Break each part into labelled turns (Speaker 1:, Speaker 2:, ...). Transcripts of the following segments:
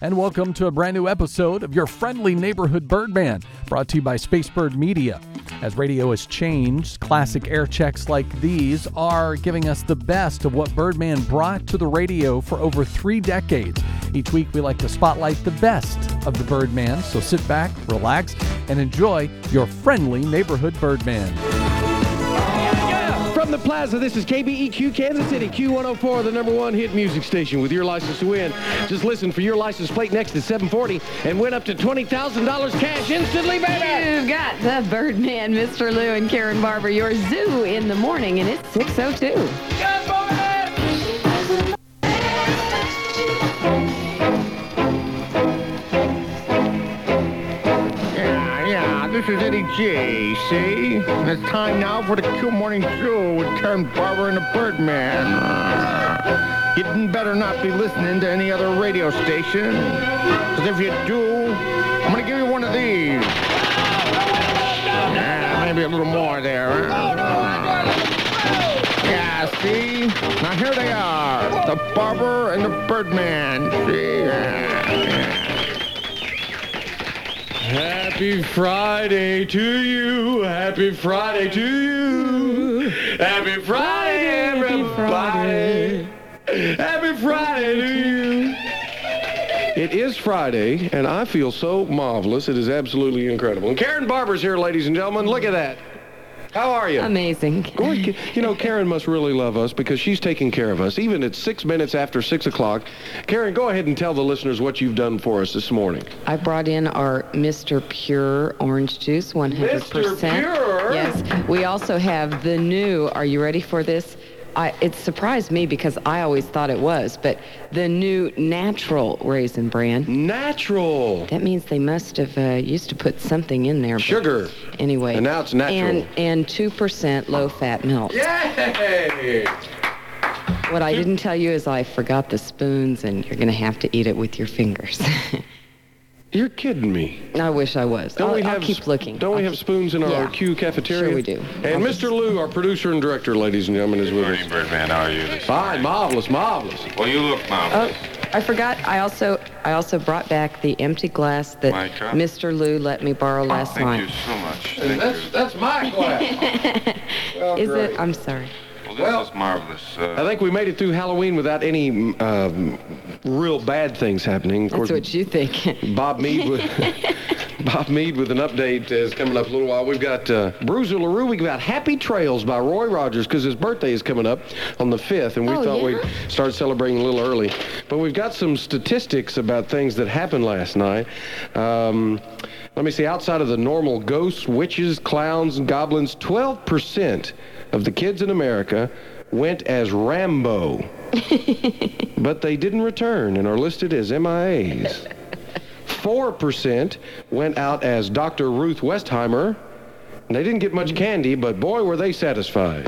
Speaker 1: and welcome to a brand new episode of your friendly neighborhood Birdman, brought to you by Spacebird Media. As radio has changed, classic air checks like these are giving us the best of what Birdman brought to the radio for over three decades. Each week, we like to spotlight the best of the Birdman, so sit back, relax, and enjoy your friendly neighborhood Birdman.
Speaker 2: From the plaza, this is KBEQ Kansas City, Q104, the number one hit music station with your license to win. Just listen for your license plate next to 740 and win up to $20,000 cash instantly, baby!
Speaker 3: You got the Birdman, Mr. Lou and Karen Barber, your zoo in the morning, and it's 6.02.
Speaker 4: Yeah, yeah, this is Eddie J, see? And it's time now for the Q Morning Show with Karen Barber and the Birdman. You'd better not be listening to any other radio station, because if you do, I'm going to give you one of these. Yeah, maybe a little more there. Yeah, see? Now here they are, the Barber and the Birdman, see? Yeah.
Speaker 2: Happy Friday to you! Happy Friday to you! Happy Friday, everybody! Happy Friday to you! It is Friday, and I feel so marvelous. It is absolutely incredible. And Karen Barber's here, ladies and gentlemen. Look at that. How are you?
Speaker 3: Amazing.
Speaker 2: Boy, you know, Karen must really love us because she's taking care of us. Even at six minutes after six o'clock, Karen, go ahead and tell the listeners what you've done for us this morning.
Speaker 3: I brought in our Mr. Pure orange juice, 100%.
Speaker 2: Mr. Pure?
Speaker 3: Yes. We also have the new, are you ready for this? I, it surprised me because I always thought it was, but the new natural raisin bran.
Speaker 2: Natural.
Speaker 3: That means they must have uh, used to put something in there. but
Speaker 2: Sugar.
Speaker 3: Anyway.
Speaker 2: And now it's natural.
Speaker 3: And, and 2% low-fat milk.
Speaker 2: Yay!
Speaker 3: What I didn't tell you is I forgot the spoons, and you're going to have to eat it with your fingers.
Speaker 2: You're kidding me.
Speaker 3: I wish I was.
Speaker 2: Don't
Speaker 3: I'll,
Speaker 2: we
Speaker 3: I'll
Speaker 2: have
Speaker 3: keep looking.
Speaker 2: Don't we
Speaker 3: I'll
Speaker 2: have
Speaker 3: keep-
Speaker 2: spoons in our
Speaker 3: Yeah.
Speaker 2: Q cafeteria?
Speaker 3: Sure we do.
Speaker 2: And
Speaker 3: I'll
Speaker 2: Mr. Lou, our producer and director, ladies and gentlemen, is with
Speaker 5: Morning,
Speaker 2: us.
Speaker 5: Birdman. How are you? This
Speaker 2: Fine, marvelous, marvelous.
Speaker 5: well, you look
Speaker 3: Oh,
Speaker 5: marvelous.
Speaker 3: I forgot. I also I also brought back the empty glass that
Speaker 5: My God. Oh,
Speaker 3: Mr. Lou let me borrow last
Speaker 5: Thank
Speaker 3: night.
Speaker 5: you so much.
Speaker 2: And
Speaker 5: Thank
Speaker 2: that's
Speaker 5: you.
Speaker 2: that's my glass. Well,
Speaker 3: Is
Speaker 2: great.
Speaker 3: it? I'm sorry.
Speaker 5: Well, this
Speaker 2: well-
Speaker 5: is marvelous.
Speaker 2: I
Speaker 5: Uh,
Speaker 2: think we made it through Halloween without any um, real bad things happening. Of
Speaker 3: That's
Speaker 2: course,
Speaker 3: what you think.
Speaker 2: Bob Mead with Bob Mead with an update is coming up in a little while. We've got uh, Bruiser LaRue. We've got Happy Trails by Roy Rogers because his birthday is coming up on the 5th, and we
Speaker 3: Oh,
Speaker 2: thought
Speaker 3: yeah?
Speaker 2: we'd start celebrating a little early. But we've got some statistics about things that happened last night. Um, let me see. Outside of the normal ghosts, witches, clowns, and goblins, 12% of the kids in America went as Rambo. but they didn't return and are listed as MIAs. 4% went out as Dr. Ruth Westheimer. And they didn't get much candy, but boy, were they satisfied.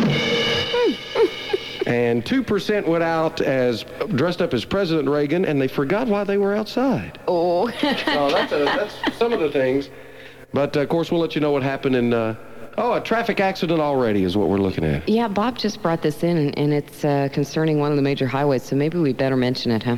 Speaker 2: and 2% went out as dressed up as President Reagan, and they forgot why they were outside.
Speaker 3: Oh,
Speaker 2: So that's, a, that's some of the things. But, uh, of course, we'll let you know what happened in... Uh, oh, a traffic accident already is what we're looking at.
Speaker 3: yeah. Bob just brought this in, and, and it's uh, concerning one of the major highways, so maybe we better mention it, huh?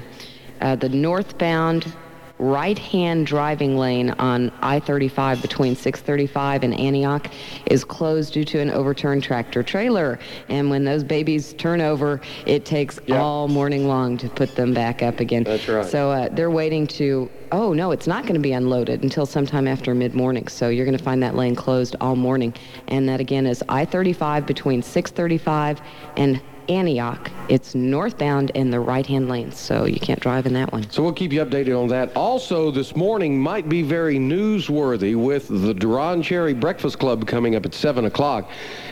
Speaker 3: Uh, the northbound right-hand driving lane on I-35 between 635 and Antioch is closed due to an overturned tractor trailer. And when those babies turn over, it takes all morning long to put them back up again.
Speaker 2: That's right.
Speaker 3: So uh, they're waiting to. Oh no, it's not going to be unloaded until sometime after mid-morning. So you're going to find that lane closed all morning. And that again is I-35 between 635 and Antioch. It's northbound in the right-hand lane, so you can't drive in that one.
Speaker 2: So we'll keep you updated on that. Also, this morning might be very newsworthy with the Duran Cherry Breakfast Club coming up at 7 o'clock.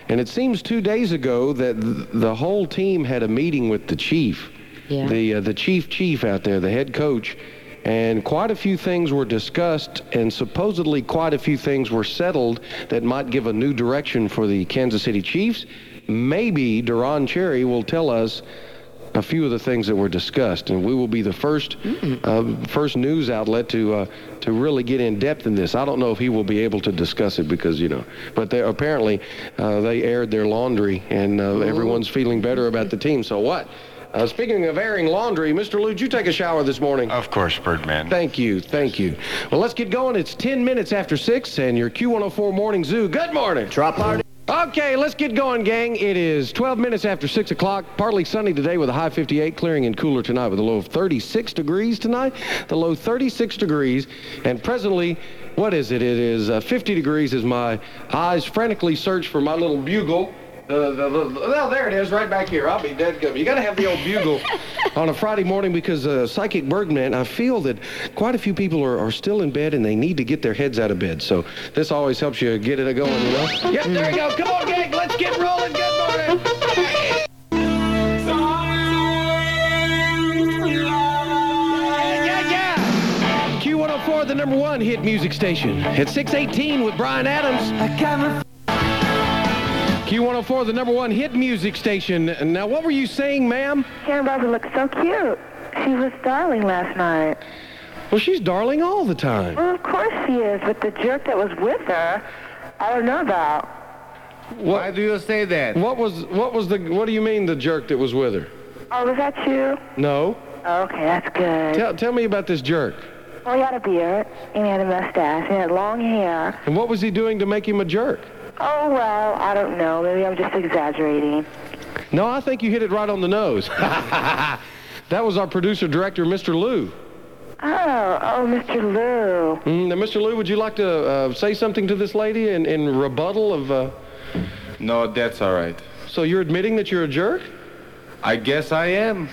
Speaker 2: And it seems two days ago that th- the whole team had a meeting with the chief,
Speaker 3: Yeah.
Speaker 2: the, uh, the chief chief out there, the head coach. And quite a few things were discussed, and supposedly quite a few things were settled that might give a new direction for the Kansas City Chiefs. Maybe Duran Cherry will tell us a few of the things that were discussed, and we will be the first uh, first news outlet to uh, to really get in depth in this. I don't know if he will be able to discuss it because you know, but they apparently uh, they aired their laundry, and uh, everyone's feeling better about the team. So what? Uh, speaking of airing laundry, Mr. Lou, did you take a shower this morning?
Speaker 5: Of course, Birdman.
Speaker 2: Thank you, thank you. Well, let's get going. It's 10 minutes after 6 and your Q104 Morning Zoo. Good morning.
Speaker 4: Drop party.
Speaker 2: Okay, let's get going, gang. It is 12 minutes after 6 o'clock. Partly sunny today with a high 58, clearing and cooler tonight with a low of 36 degrees tonight. The low 36 degrees. And presently, what is it? It is uh, 50 degrees as my eyes frantically search for my little bugle. The, the, the, well, there it is, right back here. I'll be dead gum. You got to have the old bugle on a Friday morning because uh, Psychic Bergman, I feel that quite a few people are, are still in bed and they need to get their heads out of bed. So this always helps you get it going, you know? Yep, there you go. Come on, gang. Let's get rolling. Good morning. Q104, the number one hit music station. At 618 with Brian Adams. Q104, the number one hit music station. Now, what were you saying, ma'am?
Speaker 6: Karen Barber looks so cute. She was darling last night.
Speaker 2: Well, she's darling all the time.
Speaker 6: Well, of course she is, but the jerk that was with her, I don't know about.
Speaker 4: Why do you say that?
Speaker 2: What was what was the what do you mean the jerk that was with her?
Speaker 6: Oh, was that you?
Speaker 2: No.
Speaker 6: Okay, that's good.
Speaker 2: Tell, tell me about this jerk.
Speaker 6: Well, he had a beard, and he had a mustache, and he had long hair.
Speaker 2: And what was he doing to make him a jerk?
Speaker 6: Oh, well, I don't know. Maybe I'm just exaggerating.
Speaker 2: No, I think you hit it right on the nose. that was our producer director, Mr. Lou.
Speaker 6: Oh, oh, Mr. Lou.
Speaker 2: Mm, now, Mr. Lou, would you like to uh, say something to this lady in, in rebuttal of? Uh,
Speaker 5: No, that's all right.
Speaker 2: so you're admitting that you're a jerk?
Speaker 5: I guess I am.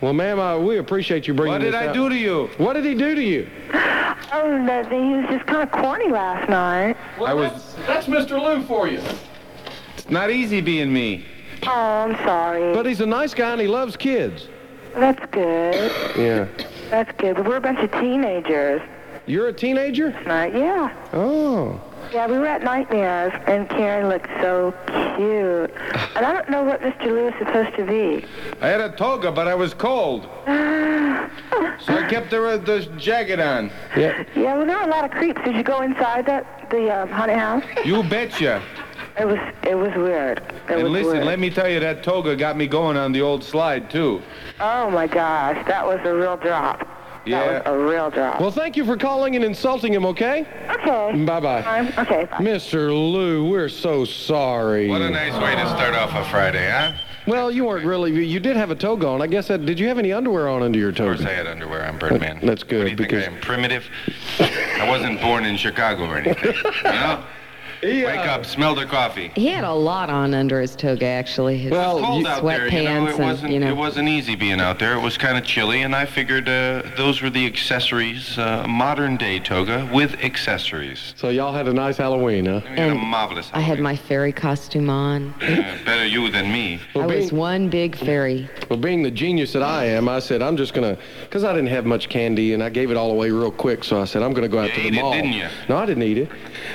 Speaker 2: Well, ma'am, I, we appreciate you bringing.
Speaker 5: What did
Speaker 2: this
Speaker 5: I
Speaker 2: out.
Speaker 5: do to you?
Speaker 2: What did he do to you?
Speaker 6: Oh, nothing. He was just kind of corny last night.
Speaker 5: I was-
Speaker 2: That's, that's Mr. Lou for you.
Speaker 5: It's not easy being me.
Speaker 6: Oh, I'm sorry.
Speaker 2: But he's a nice guy and he loves kids.
Speaker 6: that's good.
Speaker 2: Yeah.
Speaker 6: That's good. But we're a bunch of teenagers.
Speaker 2: You're a teenager?
Speaker 6: Right? Yeah.
Speaker 2: Oh.
Speaker 6: Yeah, we were at Nightmares, and Karen looked so cute. And I don't know what Mr. Lou is supposed to be.
Speaker 5: I had a toga, but I was cold. So I kept the, uh, the jacket on.
Speaker 2: Yeah.
Speaker 6: Yeah, well, there were a lot of creeps. Did you go inside that the um, haunted house?
Speaker 5: You betcha.
Speaker 6: It was it was weird. It
Speaker 5: And
Speaker 6: was
Speaker 5: listen,
Speaker 6: weird.
Speaker 5: let me tell you, that toga got me going on the old slide, too.
Speaker 6: Oh my gosh, that was a real drop.
Speaker 5: Yeah.
Speaker 6: That was a real drop.
Speaker 2: Well, thank you for calling and insulting him, okay?
Speaker 6: okay.
Speaker 2: Bye bye.
Speaker 6: Um, okay. Bye.
Speaker 2: Mr. Lou, we're so sorry.
Speaker 5: What a nice way to start off a Friday, huh?
Speaker 2: well, you weren't really. You did have a toga on. I guess that. Did you have any underwear on under your
Speaker 5: Of course, I
Speaker 2: toga?
Speaker 5: had underwear on Birdman.
Speaker 2: That's good,
Speaker 5: What do you
Speaker 2: because-
Speaker 5: think I am primitive? I wasn't born in Chicago or anything. You know? Wake up, smell the coffee.
Speaker 3: He had a lot on under his toga, actually. His
Speaker 2: Well,
Speaker 5: Cold
Speaker 3: his
Speaker 5: out there, you know. It
Speaker 3: sweatpants
Speaker 5: wasn't.
Speaker 3: and you know.
Speaker 5: It wasn't easy being out there. It was kind of chilly, and I figured uh, those were the accessories. Uh, modern day toga with accessories.
Speaker 2: So y'all had a nice Halloween, huh?
Speaker 5: We had a
Speaker 3: And
Speaker 5: marvelous.
Speaker 3: I had
Speaker 5: Halloween.
Speaker 3: my fairy costume on.
Speaker 5: Uh, better you than me.
Speaker 3: I
Speaker 2: Well,
Speaker 3: was
Speaker 2: being,
Speaker 3: one big fairy.
Speaker 2: well, being the genius that I am, I said I'm just gonna, cause I didn't have much candy and I gave it all away real quick. So I said I'm gonna go out
Speaker 5: You
Speaker 2: to the
Speaker 5: ate it,
Speaker 2: mall.
Speaker 5: didn't you?
Speaker 2: No, I didn't eat it.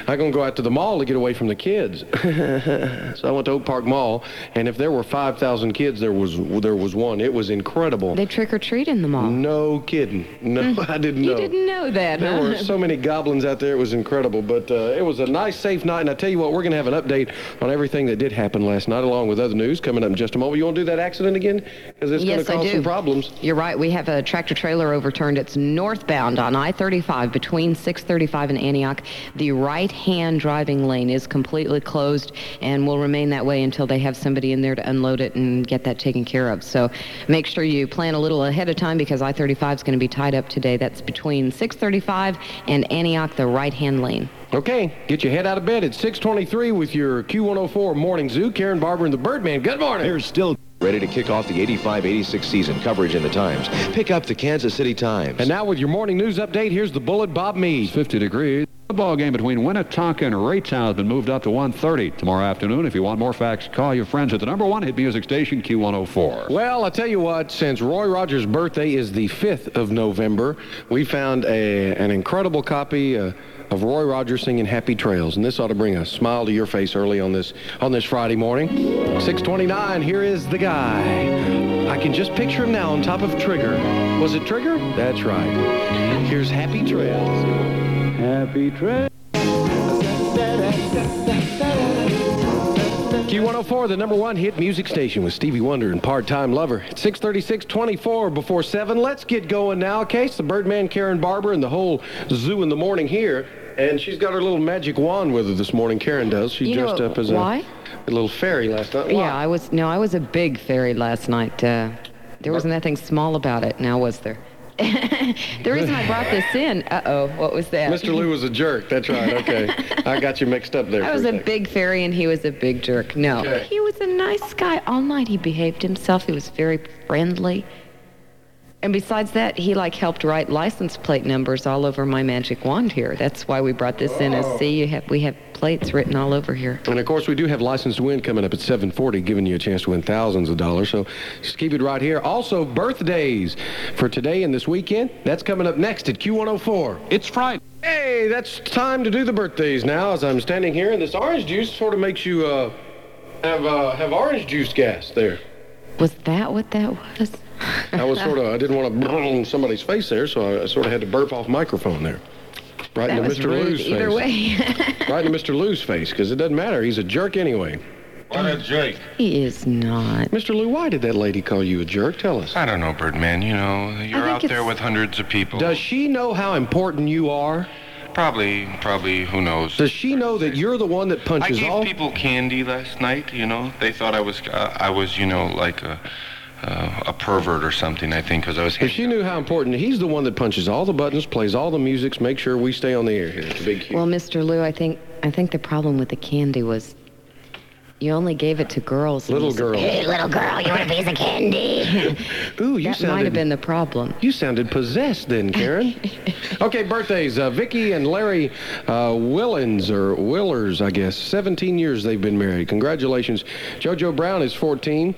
Speaker 2: I'm gonna go out to the mall to get away from the kids. so I went to Oak Park Mall, and if there were 5,000 kids, there was there was one. It was incredible.
Speaker 3: They trick or treat in the mall.
Speaker 2: No kidding. No, I didn't know.
Speaker 3: You didn't know that,
Speaker 2: There
Speaker 3: huh?
Speaker 2: were so many goblins out there. It was incredible. But uh, it was a nice, safe night. And I tell you what, we're going to have an update on everything that did happen last night, along with other news coming up in just a moment. You want to do that accident again? Because it's
Speaker 3: Yes, I
Speaker 2: going to cause
Speaker 3: do.
Speaker 2: some problems.
Speaker 3: You're right. We have a tractor trailer overturned. It's northbound on I-35 between 635 and Antioch. The right-hand driving lane is completely closed and will remain that way until they have somebody in there to unload it and get that taken care of. So make sure you plan a little ahead of time because I-35 is going to be tied up today. That's between 635 and Antioch, the right-hand lane.
Speaker 2: Okay, get your head out of bed. It's 623 with your Q104 Morning Zoo. Karen Barber and the Birdman. Good morning.
Speaker 7: They're still ready to kick off the 85-86 season coverage in the Times. Pick up the Kansas City Times.
Speaker 2: And now with your morning news update, here's the bullet, Bob Meade.
Speaker 8: 50 degrees. The ball game between Winnetonka and Raytown has been moved up to 1:30 tomorrow afternoon. If you want more facts, call your friends at the number one oh hit music station, Q104.
Speaker 2: Well, I tell you what, since Roy Rogers' birthday is the 5th of November, we found a, an incredible copy uh, of Roy Rogers singing Happy Trails, and this ought to bring a smile to your face early on this on this Friday morning. 629, here is the guy. I can just picture him now on top of Trigger. Was it Trigger? That's right. Here's Happy Trails.
Speaker 8: Happy trip.
Speaker 2: Q104, the number one hit music station with Stevie Wonder and part-time lover. It's 636-24 before 7. Let's get going now, Case. The Birdman, Karen Barber, and the whole zoo in the morning here. And she's got her little magic wand with her this morning. Karen does. She
Speaker 3: You know
Speaker 2: dressed up as a,
Speaker 3: why?
Speaker 2: a little fairy last night.
Speaker 3: Yeah, I was. No, I was a big fairy last night. Uh, there wasn't nothing small about it. Now was there? the reason I brought this in. Uh oh, what was that?
Speaker 2: Mr. Lou was a jerk. That's right. Okay. I got you mixed up there.
Speaker 3: I
Speaker 2: for
Speaker 3: was
Speaker 2: a
Speaker 3: a
Speaker 2: second.
Speaker 3: big fairy and he was a big jerk. No,
Speaker 2: Okay.
Speaker 3: he was a nice guy all night. He behaved himself. He was very friendly. And besides that, he like helped write license plate numbers all over my magic wand here. That's why we brought this in. As
Speaker 2: Oh.
Speaker 3: see, you have we have plates written all over here.
Speaker 2: And of course, we do have License to Win coming up at 740, giving you a chance to win thousands of dollars. So just keep it right here. Also, birthdays for today and this weekend. That's coming up next at Q104.
Speaker 8: It's Friday.
Speaker 2: Hey, that's time to do the birthdays now as I'm standing here. And this orange juice sort of makes you uh, have, uh, have orange juice gas there.
Speaker 3: Was that what that was?
Speaker 2: I was sort of, I didn't want to burn somebody's face there, so I sort of had to burp off microphone there. Right
Speaker 3: That
Speaker 2: into
Speaker 3: was
Speaker 2: Mr.
Speaker 3: rude.
Speaker 2: Lou's
Speaker 3: Either
Speaker 2: face.
Speaker 3: way,
Speaker 2: Right into Mr. Lou's face, because it doesn't matter. He's a jerk anyway.
Speaker 5: What a jerk.
Speaker 3: he is not.
Speaker 2: Mr. Lou, why did that lady call you a jerk? Tell us.
Speaker 5: I don't know, Birdman. You know, you're
Speaker 3: think
Speaker 5: out there
Speaker 3: it's-
Speaker 5: with hundreds of people.
Speaker 2: Does she know how important you are?
Speaker 5: probably, probably, who knows?
Speaker 2: Does she know that you're the one that
Speaker 5: I
Speaker 2: punches
Speaker 5: gave
Speaker 2: all?
Speaker 5: people candy last night. You know, they thought I was, uh, I was, you know, like a, uh, a pervert or something. I think because I was.
Speaker 2: If she knew how important he's the one that punches all the buttons, plays all the musics, makes sure we stay on the air here. It's a big Q.
Speaker 3: Well, Mr. Lou, I think I think the problem with the candy was you only gave it to girls. and
Speaker 2: Little
Speaker 3: you said,
Speaker 2: girl.
Speaker 3: Hey, little girl, you want a piece of candy?
Speaker 2: Ooh, you
Speaker 3: that might have been the problem.
Speaker 2: You sounded possessed then, Karen. okay, birthdays. Uh, Vicky and Larry uh, Willens, or Willers, I guess. 17 years they've been married. Congratulations. JoJo Brown is 14.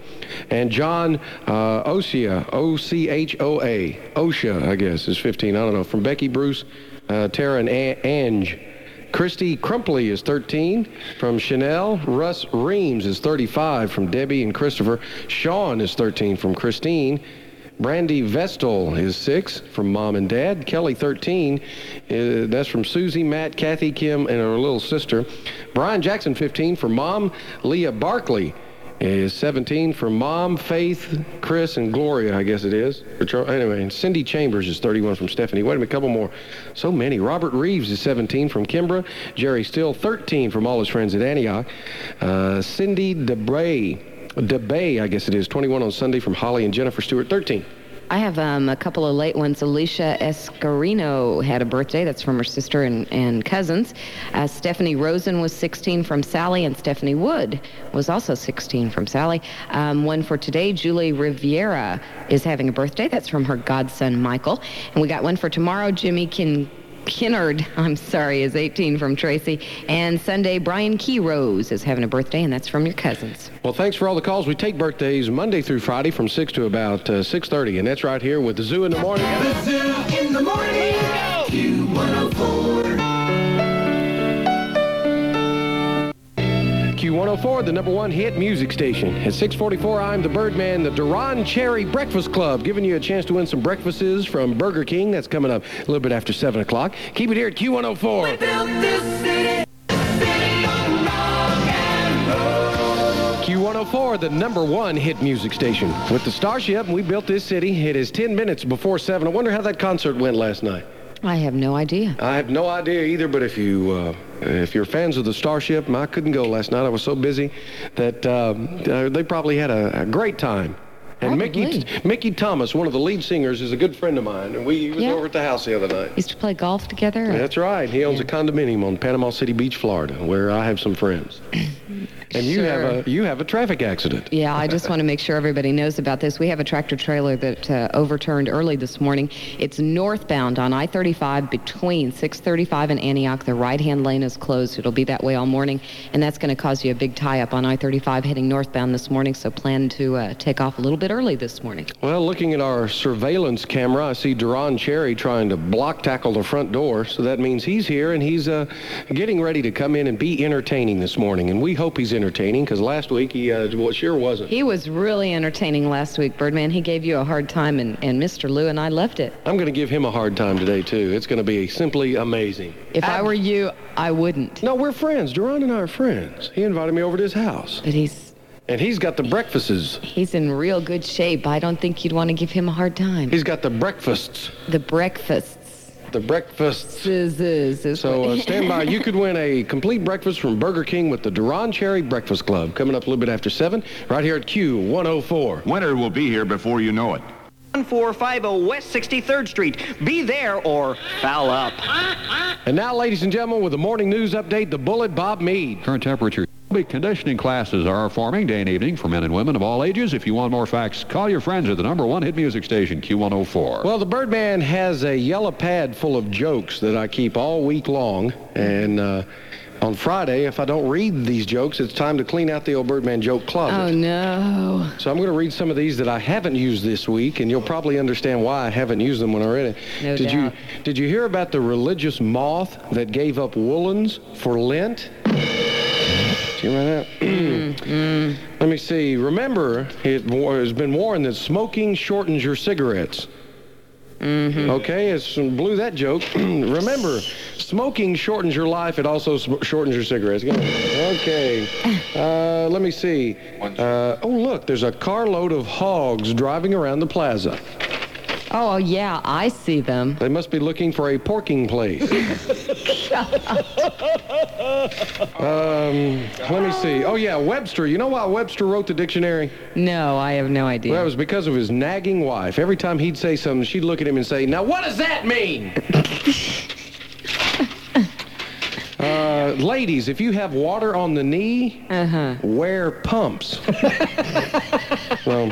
Speaker 2: And John uh, Osea, O-C-H-O-A, Osha, I guess, is 15. I don't know. From Becky Bruce, uh, Tara, and A- Ange. Christy Crumpley is 13 from Chanel. Russ Reams is 35 from Debbie and Christopher. Sean is 13 from Christine. Brandy Vestal is 6 from Mom and Dad. Kelly, 13. uh, that's from Susie, Matt, Kathy, Kim, and her little sister. Brian Jackson, 15 from Mom. Leah Barkley is 17 from Mom, Faith, Chris, and Gloria, I guess it is. Or Char- Anyway, and Cindy Chambers is 31 from Stephanie. Wait a minute, couple more. So many. Robert Reeves is 17 from Kimbra. Jerry Still, 13 from all his friends at Antioch. Uh, Cindy DeBray, DeBay, I guess it is, 21 on Sunday from Holly and Jennifer Stewart, 13.
Speaker 3: I have um, a couple of late ones. Alicia Escarino had a birthday. That's from her sister and, and cousins. Uh, Stephanie Rosen was 16 from Sally, and Stephanie Wood was also 16 from Sally. Um, one for today, Julie Riviera is having a birthday. That's from her godson, Michael. And we got one for tomorrow, Jimmy Kin. Kinnard, I'm sorry, is 18 from Tracy. And Sunday, Brian Key Rose is having a birthday, and that's from your cousins.
Speaker 2: Well, thanks for all the calls. We take birthdays Monday through Friday from 6 to about uh, 6.30, and that's right here with the Zoo in the Morning. The Zoo oh in the Morning, Q104. Q104, the number one hit music station. At 644, I'm the Birdman, the Duran Cherry Breakfast Club, giving you a chance to win some breakfasts from Burger King. That's coming up a little bit after 7 o'clock. Keep it here at Q104. Q104, the number one hit music station. With the Starship, we built this city. It is 10 minutes before 7. I wonder how that concert went last night.
Speaker 3: I have no idea.
Speaker 2: I have no idea either, but if, you, uh, if you're fans of the Starship, I couldn't go last night. I was so busy that um, uh, they probably had a, a great time. And Mickey,
Speaker 3: Probably.
Speaker 2: Mickey Thomas, one of the lead singers, is a good friend of mine, and we he was
Speaker 3: Yeah.
Speaker 2: over at the house the other night.
Speaker 3: Used to play golf together.
Speaker 2: That's right. He owns a condominium on Panama City Beach, Florida, where I have some friends. And you have a you have a traffic accident.
Speaker 3: Yeah, I just want to make sure everybody knows about this. We have a tractor trailer that uh, overturned early this morning. It's northbound on I-35 between 635 and Antioch. The right-hand lane is closed. It'll be that way all morning, and that's going to cause you a big tie-up on I-35 heading northbound this morning. So plan to uh, take off a little bit early this morning.
Speaker 2: Well, looking at our surveillance camera, I see Duran Cherry trying to block tackle the front door. So that means he's here and he's uh, getting ready to come in and be entertaining this morning. And we hope he's entertaining because last week he uh, well, sure wasn't.
Speaker 3: He was really entertaining last week, Birdman. He gave you a hard time, and, and Mr. Lou and I left it.
Speaker 2: I'm going to give him a hard time today too. It's going to be simply amazing.
Speaker 3: If I were you, I wouldn't.
Speaker 2: No, we're friends. Duran and I are friends. He invited me over to his house,
Speaker 3: But he's
Speaker 2: and he's got the breakfasts.
Speaker 3: he's in real good shape. I don't think you'd want to give him a hard time.
Speaker 2: He's got the breakfasts.
Speaker 3: the breakfasts.
Speaker 2: The breakfasts.
Speaker 3: Is, is, is
Speaker 2: So
Speaker 3: what-
Speaker 2: uh, stand by. You could win a complete breakfast from Burger King with the Duran Cherry Breakfast Club coming up a little bit after seven, right here at Q 104.
Speaker 9: Winter will be here before you know it.
Speaker 10: 1450 West 63rd Street. Be there or foul up.
Speaker 2: And now, ladies and gentlemen, with the morning news update, the bullet Bob Mead.
Speaker 8: Current temperature. Big conditioning classes are forming day and evening for men and women of all ages. If you want more facts, call your friends at the number one oh hit music station, Q104.
Speaker 2: Well, the Birdman has a yellow pad full of jokes that I keep all week long, and. Uh, on Friday, if I don't read these jokes, it's time to clean out the old Birdman joke
Speaker 3: oh
Speaker 2: closet.
Speaker 3: no.
Speaker 2: So I'm going to read some of these that I haven't used this week, and you'll probably understand why I haven't used them when I read it.
Speaker 3: No
Speaker 2: did
Speaker 3: doubt.
Speaker 2: you did you hear about the religious moth that gave up woolens for Lent? Do you remember that?
Speaker 3: Mm,
Speaker 2: Let me see. Remember, it wa- has been warned that smoking shortens your cigarettes.
Speaker 3: Mm-hmm.
Speaker 2: Okay, it's blew that joke. Remember, smoking shortens your life. It also sm- shortens your cigarettes. Go ahead. Okay. Uh, let me see. Uh, oh, look, there's a carload of hogs driving around the plaza.
Speaker 3: Oh yeah, I see them.
Speaker 2: They must be looking for a porking place. um, let me see. Oh, yeah, Webster. You know why Webster wrote the dictionary?
Speaker 3: No, I have no idea.
Speaker 2: Well, it was because of his nagging wife. Every time he'd say something, she'd look at him and say, Now what does that mean? uh, ladies, if you have water on the knee, wear pumps. so,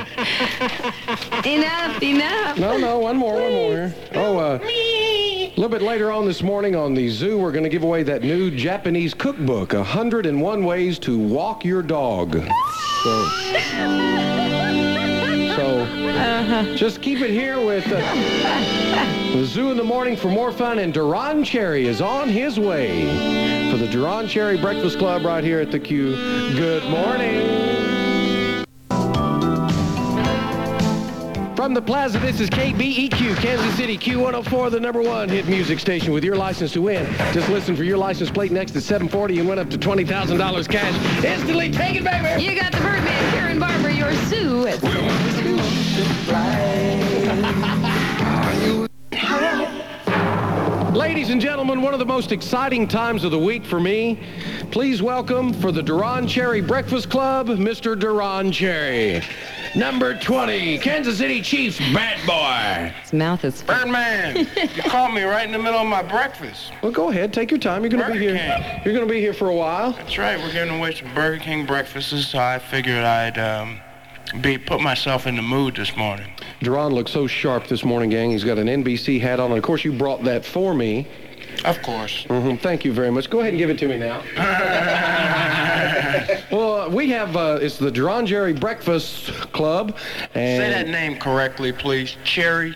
Speaker 3: enough, enough.
Speaker 2: no, no, one more, one more. here. Oh, uh, a little bit later on this morning on the zoo, we're going to give away that new Japanese cookbook, 101 Ways to Walk Your Dog. So, so just keep it here with uh, the zoo in the morning for more fun. And Duran Cherry is on his way for the Duran Cherry Breakfast Club right here at the Q. Good morning. From the plaza, this is KBEQ, Kansas City, Q104, the number one hit music station with your license to win. Just listen for your license plate next at 740 and win up to $20,000 cash. Instantly take it, baby!
Speaker 3: You got the Birdman, Karen Barber, your Sue. It's
Speaker 2: Ladies and gentlemen, one of the most exciting times of the week for me. Please welcome for the Duran Cherry Breakfast Club, Mr. Duran Cherry. Number 20, Kansas City Chiefs bad boy.
Speaker 3: His mouth is.
Speaker 5: Birdman, you called me right in the middle of my breakfast.
Speaker 2: Well, go ahead, take your time. You're going to be
Speaker 5: Burger
Speaker 2: here.
Speaker 5: King.
Speaker 2: You're going to be here for a while.
Speaker 5: That's right, we're giving away some Burger King breakfasts, so I figured I'd um, be put myself in the mood this morning.
Speaker 2: Duran looks so sharp this morning, gang. He's got an NBC hat on, and of course you brought that for me.
Speaker 5: Of course.
Speaker 2: Mhm, Thank you very much. Go ahead and give it to me now. well, we have uh, it's the Duran Cherry Breakfast Club, and
Speaker 5: Say that name correctly, please. Cherry?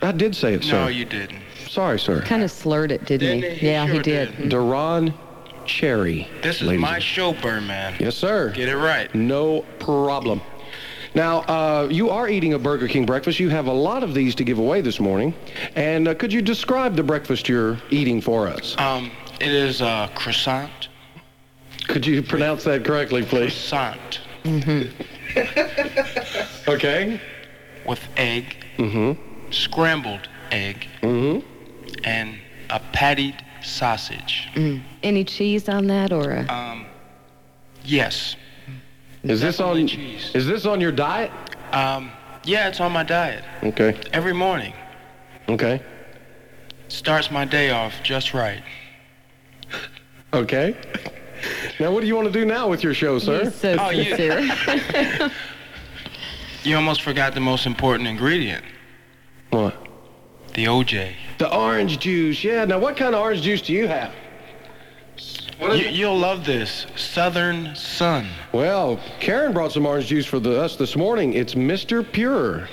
Speaker 2: I did say it, sir.
Speaker 5: No, you didn't.
Speaker 2: Sorry, sir.
Speaker 3: Kind of slurred it, didn't
Speaker 5: Didn't
Speaker 3: he?
Speaker 5: he? He
Speaker 3: Yeah, he
Speaker 5: sure
Speaker 3: did.
Speaker 2: Duran Mm-hmm. Cherry.
Speaker 5: This is
Speaker 2: ladies
Speaker 5: my
Speaker 2: and-
Speaker 5: show, Birdman.
Speaker 2: yes, sir.
Speaker 5: Get it right.
Speaker 2: No problem. Now, uh, you are eating a Burger King breakfast. You have a lot of these to give away this morning. And uh, could you describe the breakfast you're eating for us?
Speaker 5: Um, it is uh, croissant.
Speaker 2: Could you pronounce that correctly, please?
Speaker 5: Croissant
Speaker 2: Okay.
Speaker 5: with egg. Mm-hmm. Scrambled egg. Mm-hmm. And a pattied sausage.
Speaker 3: Any cheese on that or a
Speaker 5: Yes.
Speaker 2: Is this on?
Speaker 5: Definitely cheese.
Speaker 2: Is this on your diet?
Speaker 5: Um, yeah, it's on my diet.
Speaker 2: Okay.
Speaker 5: Every morning.
Speaker 2: Okay.
Speaker 5: Starts my day off just right.
Speaker 2: Okay. Now, what do you want to do now with your show, sir?
Speaker 3: He's so
Speaker 5: Oh, you-
Speaker 3: sincere.
Speaker 5: You almost forgot the most important ingredient,
Speaker 2: What?
Speaker 5: the OJ.
Speaker 2: The orange juice. Yeah. Now, what kind of orange juice do you have?
Speaker 5: You, you'll love this. Southern Sun.
Speaker 2: Well, Karen brought some orange juice for the, us this morning. It's Mr. Pure.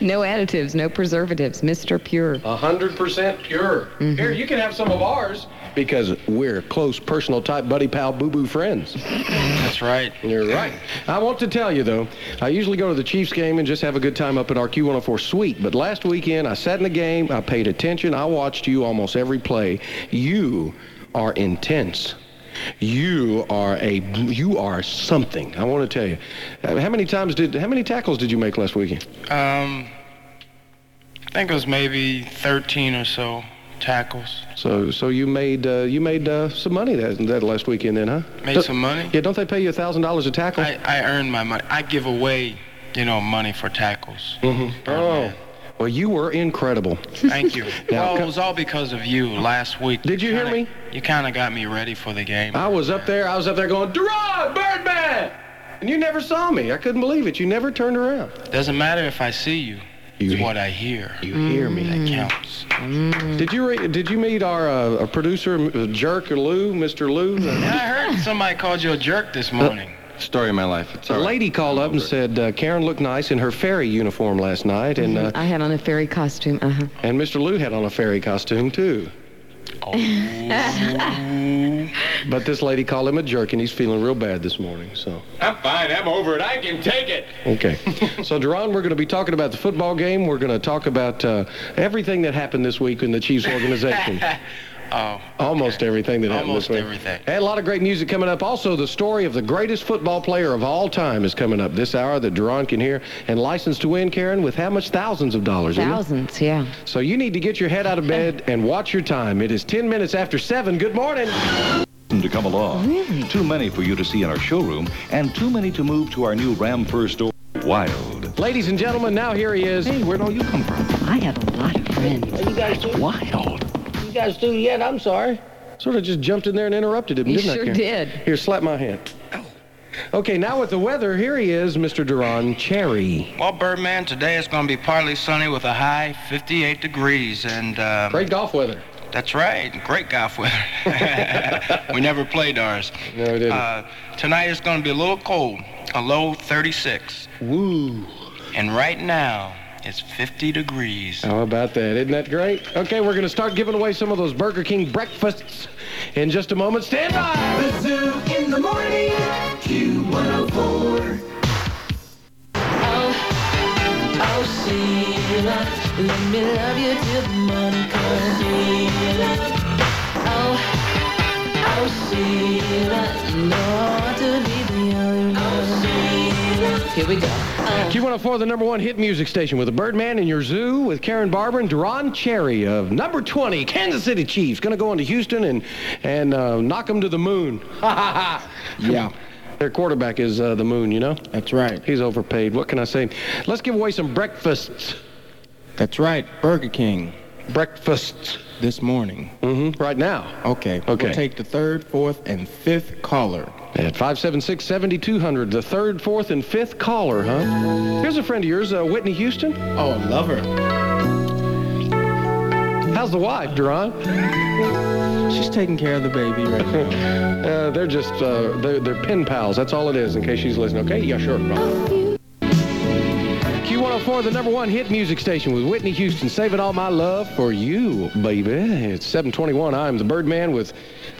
Speaker 3: No additives, no preservatives, Mr. Pure.
Speaker 2: 100% pure. Here, you can have some of ours because we're close, personal type buddy pal boo boo friends.
Speaker 5: That's right.
Speaker 2: You're right. I want to tell you, though, I usually go to the Chiefs game and just have a good time up in our Q104 suite. But last weekend, I sat in the game, I paid attention, I watched you almost every play. You are intense. You are a you are something. I want to tell you. Uh, How many times did how many tackles did you make last weekend?
Speaker 5: Um, I think it was maybe 13 or so tackles.
Speaker 2: So so you made uh, you made uh, some money that that last weekend then, huh?
Speaker 5: Made
Speaker 2: Don't-
Speaker 5: some money.
Speaker 2: Yeah, don't they pay you a thousand dollars a tackle?
Speaker 5: I, I earned my money. I give away, you know, money for tackles.
Speaker 2: mm-hmm. Oh, well, you were incredible.
Speaker 5: Thank you.
Speaker 2: Now,
Speaker 5: well,
Speaker 2: co-
Speaker 5: it was all because of you last week.
Speaker 2: Did you hear
Speaker 5: kinda- You kind of got me ready for the game.
Speaker 2: I was up there. I was up there going, Duran, Birdman, and you never saw me. I couldn't believe it. You never turned around.
Speaker 5: Doesn't matter if I see you.
Speaker 2: You
Speaker 5: it's
Speaker 2: hear-
Speaker 5: what I hear.
Speaker 2: You hear me?
Speaker 5: That counts.
Speaker 9: Mm.
Speaker 2: Did you re- did you meet our uh, our producer M- Jerk or Lou, Mr. Lou?
Speaker 5: And I heard somebody called you a jerk this
Speaker 2: Uh.
Speaker 5: morning.
Speaker 9: Story of my life. It's
Speaker 2: A
Speaker 9: all right.
Speaker 2: lady called up and said uh, Karen looked nice in her fairy uniform last night, and uh,
Speaker 3: I had on a fairy costume. Uh huh.
Speaker 2: and Mr. Lou had on a fairy costume too.
Speaker 5: Oh.
Speaker 2: But this lady called him a jerk, and he's feeling real bad this morning. So
Speaker 11: I'm fine. I'm over it. I can take it.
Speaker 2: okay. so Duran, we're going to be talking about the football game. We're going to talk about uh, everything that happened this week in the Chiefs organization.
Speaker 5: Oh,
Speaker 2: Almost everything that happened
Speaker 5: almost
Speaker 2: this week.
Speaker 5: everything.
Speaker 2: And a lot of great music coming up. Also, the story of the greatest football player of all time is coming up this hour that Duran can hear. And License to Win, Karen, with how much? Thousands of dollars. isn't it?
Speaker 3: Thousands, yeah.
Speaker 2: So you need to get your head out of bed and watch your time. It is 10 minutes after 7. Good morning.
Speaker 12: to come along. Too many for you to see in our showroom, and too many to move to our new Ram Fur store. Wild.
Speaker 2: Ladies and gentlemen, now here he is. Hey,
Speaker 12: where'd all you come from?
Speaker 13: I have a lot of friends.
Speaker 14: You guys do?
Speaker 12: Wild.
Speaker 14: You guys do yet? I'm sorry.
Speaker 2: Sort of just jumped in there and interrupted him,
Speaker 14: You
Speaker 2: didn't I,
Speaker 14: sure
Speaker 2: Karen?
Speaker 14: did.
Speaker 2: Here, slap my hand. Okay, now with the weather, here he is, Mr. Duran Cherry.
Speaker 5: Well, Birdman, today it's going to be partly sunny with a high 58 degrees and. Um,
Speaker 2: Great golf weather.
Speaker 5: That's right. Great golf weather. we never played ours.
Speaker 2: No, it didn't.
Speaker 5: Uh, tonight it's going to be a little cold, a low 36.
Speaker 2: Woo.
Speaker 5: And right now it's 50 degrees.
Speaker 15: Oh,
Speaker 2: How about that? Isn't that great? Okay, we're going to start giving away some of those Burger King breakfasts in just a moment. Stand by.
Speaker 11: The zoo in the morning. Q104.
Speaker 16: Oh, Sheila, let me love you till the morning comes, Sheila. Oh, oh, Sheila, you know I want to be the only one. Here we go.
Speaker 2: Q104, the number one hit music station with a Birdman in your zoo with Karen Barber and Duran Cherry of number 20, Kansas City Chiefs. Going to go into Houston and, and uh, knock them to the moon. Ha ha ha. Yeah. Their quarterback is uh, the moon, you know? That's right. He's overpaid. What can I say? Let's give away some breakfasts.
Speaker 15: That's right, Burger King.
Speaker 2: Breakfast.
Speaker 15: This morning.
Speaker 2: Mm-hmm. Right now.
Speaker 15: Okay.
Speaker 2: Okay.
Speaker 15: We'll take the third, fourth, and fifth caller.
Speaker 2: At 576-7200, the third, fourth, and fifth caller, huh? Here's a friend of yours, uh, Whitney Houston.
Speaker 15: Oh, love her.
Speaker 2: How's the wife, Duran?
Speaker 15: She's taking care of the baby right now.
Speaker 2: Uh, they're just, uh, they're, they're pen pals. That's all it is, in case she's listening. Okay? Yeah, sure. bro. Q104, the number one hit music station with Whitney Houston. Saving all my love for you, baby. It's 721. I'm the Birdman with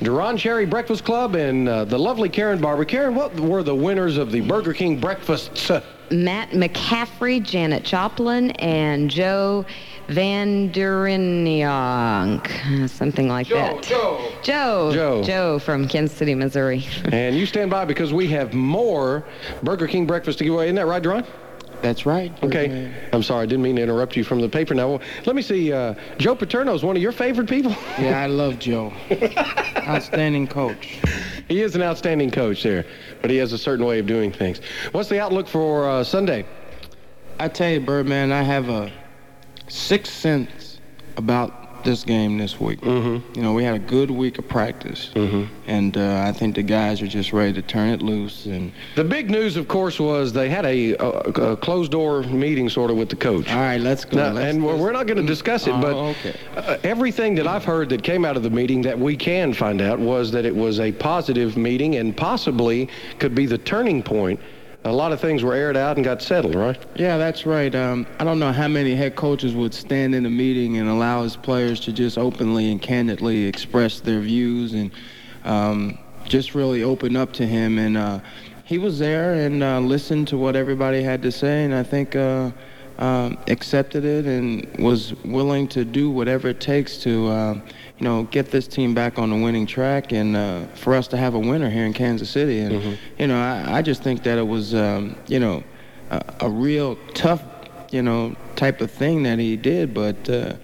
Speaker 2: Duran Cherry Breakfast Club and uh, the lovely Karen Barber. Karen, what were the winners of the Burger King uh, breakfasts?
Speaker 3: Matt McCaffrey, Janet Joplin, and Joe Van Vanderiniank, something like that. Joe. Joe.
Speaker 2: Joe.
Speaker 3: Joe from Kansas City, Missouri.
Speaker 2: And you stand by because we have more Burger King breakfast to give away. Isn't that right, Duran?
Speaker 15: That's right.
Speaker 2: Okay. I'm sorry, I didn't mean to interrupt you from the paper. Now, let me see. Uh, Joe Paterno is one of your favorite people.
Speaker 15: Yeah, I love Joe. Outstanding coach.
Speaker 2: he is an outstanding coach there, but he has a certain way of doing things. What's the outlook for uh, Sunday?
Speaker 15: I tell you, Birdman, I have a sixth sense about this game this week.
Speaker 2: Mm-hmm.
Speaker 15: You know, we had a good week of practice, and uh, I think the guys are just ready to turn it loose. And
Speaker 2: The big news, of course, was they had a, a, a closed door meeting sort of with the coach. All
Speaker 15: right, let's go. let's-
Speaker 2: and we're, we're not going to discuss it, but
Speaker 15: Oh, okay.
Speaker 2: uh, everything that I've heard that came out of the meeting that we can find out was that it was a positive meeting and possibly could be the turning point. A lot of things were aired out and got settled, right?
Speaker 15: Yeah, that's right. Um, I don't know how many head coaches would stand in a meeting and allow his players to just openly and candidly express their views and um, just really open up to him. And uh, he was there and uh, listened to what everybody had to say, and I think uh, um, accepted it and was willing to do whatever it takes to, uh, you know, get this team back on the winning track and uh, for us to have a winner here in Kansas City. And you know, I, I just think that it was, um, you know a, a real tough, you know, type of thing that he did. But uh,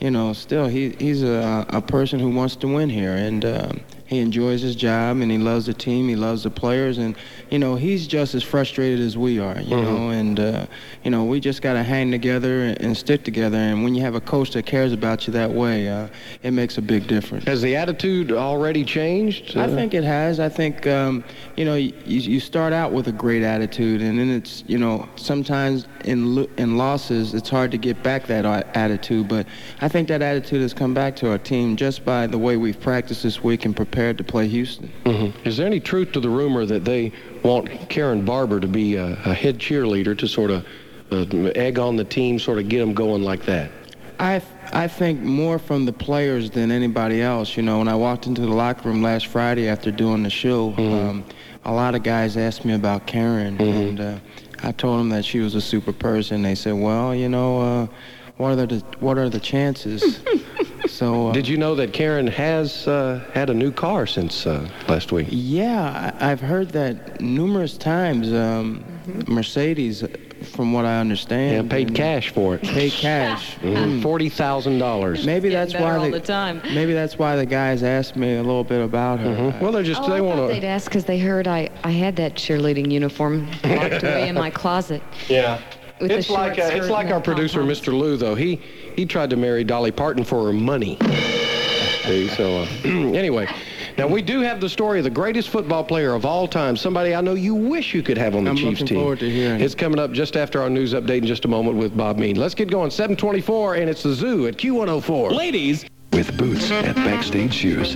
Speaker 15: you know, still, he he's a a person who wants to win here, and um he enjoys his job, and he loves the team, he loves the players, and you know, he's just as frustrated as we are, you
Speaker 2: Mm-hmm.
Speaker 15: know. And uh, you know, we just got to hang together and, and stick together. And when you have a coach that cares about you that way, uh, it makes a big difference.
Speaker 2: Has the attitude already changed?
Speaker 15: I think it has. I think um, you know you, you start out with a great attitude, and then it's you know sometimes in lo- in losses it's hard to get back that a- attitude. But I think that attitude has come back to our team just by the way we've practiced this week and prepared to play Houston.
Speaker 2: Mm-hmm. Is there any truth to the rumor that they want Karen Barber to be a, a head cheerleader to sort of uh, egg on the team, sort of get them going like that?
Speaker 15: I I think more from the players than anybody else. You know, when I walked into the locker room last Friday after doing the show,
Speaker 2: Mm-hmm.
Speaker 15: um, a lot of guys asked me about Karen, and uh, I told them that she was a super person. They said, "Well, you know, uh, what are the what are the chances?" so uh,
Speaker 2: Did you know that Karen has uh, had a new car since uh, last week?
Speaker 15: Yeah, I, I've heard that numerous times. Um, Mercedes, uh, from what I understand,
Speaker 2: Mm-hmm. Yeah, paid
Speaker 15: and-
Speaker 2: cash for it.
Speaker 15: Paid cash,
Speaker 2: Mhm. forty thousand dollars.
Speaker 15: Maybe that's
Speaker 3: better
Speaker 15: why
Speaker 3: all the time.
Speaker 15: Maybe that's why the guys asked me a little bit about her.
Speaker 2: Well, they're
Speaker 3: oh, I thought they'd ask because they heard I, I had that cheerleading uniform locked away in my closet.
Speaker 2: Yeah.
Speaker 3: With
Speaker 2: it's
Speaker 3: the
Speaker 2: like
Speaker 3: short
Speaker 2: uh, it's
Speaker 3: skirt
Speaker 2: like
Speaker 3: and
Speaker 2: our
Speaker 3: the
Speaker 2: producer, Mr. Lou, though. He he tried to marry Dolly Parton for her money. See, so uh, anyway, now we do have the story of the greatest football player of all time. Somebody I know you wish you could have on the
Speaker 15: I'm
Speaker 2: Chiefs
Speaker 15: looking
Speaker 2: team.
Speaker 15: forward to hearing it.
Speaker 2: it's coming up just after our news update in just a moment with Bob Mean. Let's get going. 7:24, and it's the zoo at Q104. Ladies.
Speaker 17: With boots at Backstage Shoes.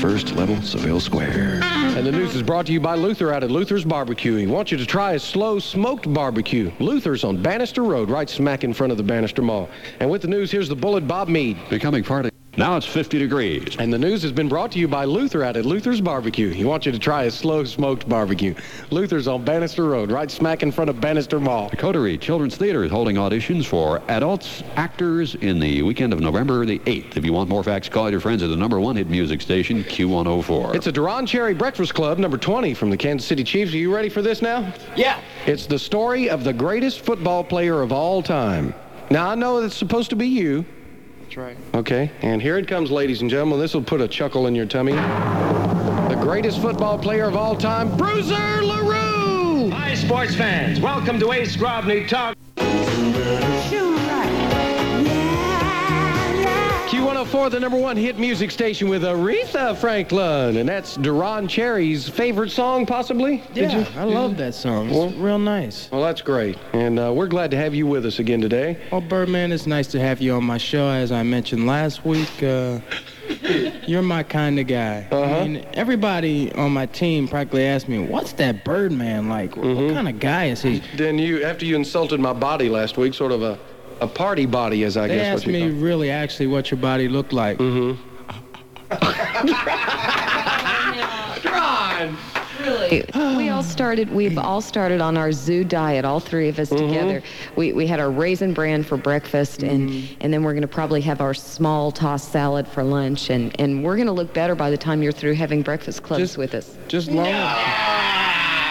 Speaker 17: First level, Seville Square.
Speaker 2: And the news is brought to you by Luther out at Luther's Barbecue. He wants you to try his slow smoked barbecue. Luther's on Bannister Road, right smack in front of the Bannister Mall. And with the news, here's the bullet Bob Mead.
Speaker 8: Becoming part of. Now it's 50 degrees.
Speaker 2: And the news has been brought to you by Luther out at Luther's Barbecue. He wants you to try his slow smoked barbecue. Luther's on Bannister Road, right smack in front of Bannister Mall.
Speaker 8: The Coterie Children's Theater is holding auditions for adults actors in the weekend of November the 8th. If you want more facts, call your friends at the number one hit music station, Q104.
Speaker 2: It's a Duran Cherry Breakfast Club, number 20 from the Kansas City Chiefs. Are you ready for this now?
Speaker 14: Yeah.
Speaker 2: It's the story of the greatest football player of all time. Now, I know it's supposed to be you.
Speaker 15: That's right.
Speaker 2: Okay, and here it comes, ladies and gentlemen. This will put a chuckle in your tummy. The greatest football player of all time, Bruiser LaRue!
Speaker 11: Hi, sports fans. Welcome to Ace Grobny Talk.
Speaker 2: Q104, the number one hit music station with Aretha Franklin, and that's Duran Cherry's favorite song, possibly? Did
Speaker 15: Yeah,
Speaker 2: you-
Speaker 15: I love that song. It's real nice.
Speaker 2: Well, that's great, and uh, we're glad to have you with us again today.
Speaker 15: Well, Oh, Birdman, it's nice to have you on my show. As I mentioned last week, uh, you're my kind of guy.
Speaker 2: Uh-huh.
Speaker 15: I mean, everybody on my team practically asked me, "What's that Birdman like? What-
Speaker 2: Mm-hmm.
Speaker 15: What kind of guy is he?"
Speaker 2: Then you, after you insulted my body last week, sort of a, a party body, as I
Speaker 15: they
Speaker 2: guess
Speaker 15: asked
Speaker 2: what you
Speaker 15: me
Speaker 2: call
Speaker 15: really actually what your body looked like. Mm-hmm.
Speaker 2: Ron!
Speaker 3: Really? we all started, we've all started on our zoo diet, all three of us together. We, we had our raisin bran for breakfast, and, and then we're going to probably have our small tossed salad for lunch, and, and we're going to look better by the time you're through having breakfast clubs with us.
Speaker 15: Just long.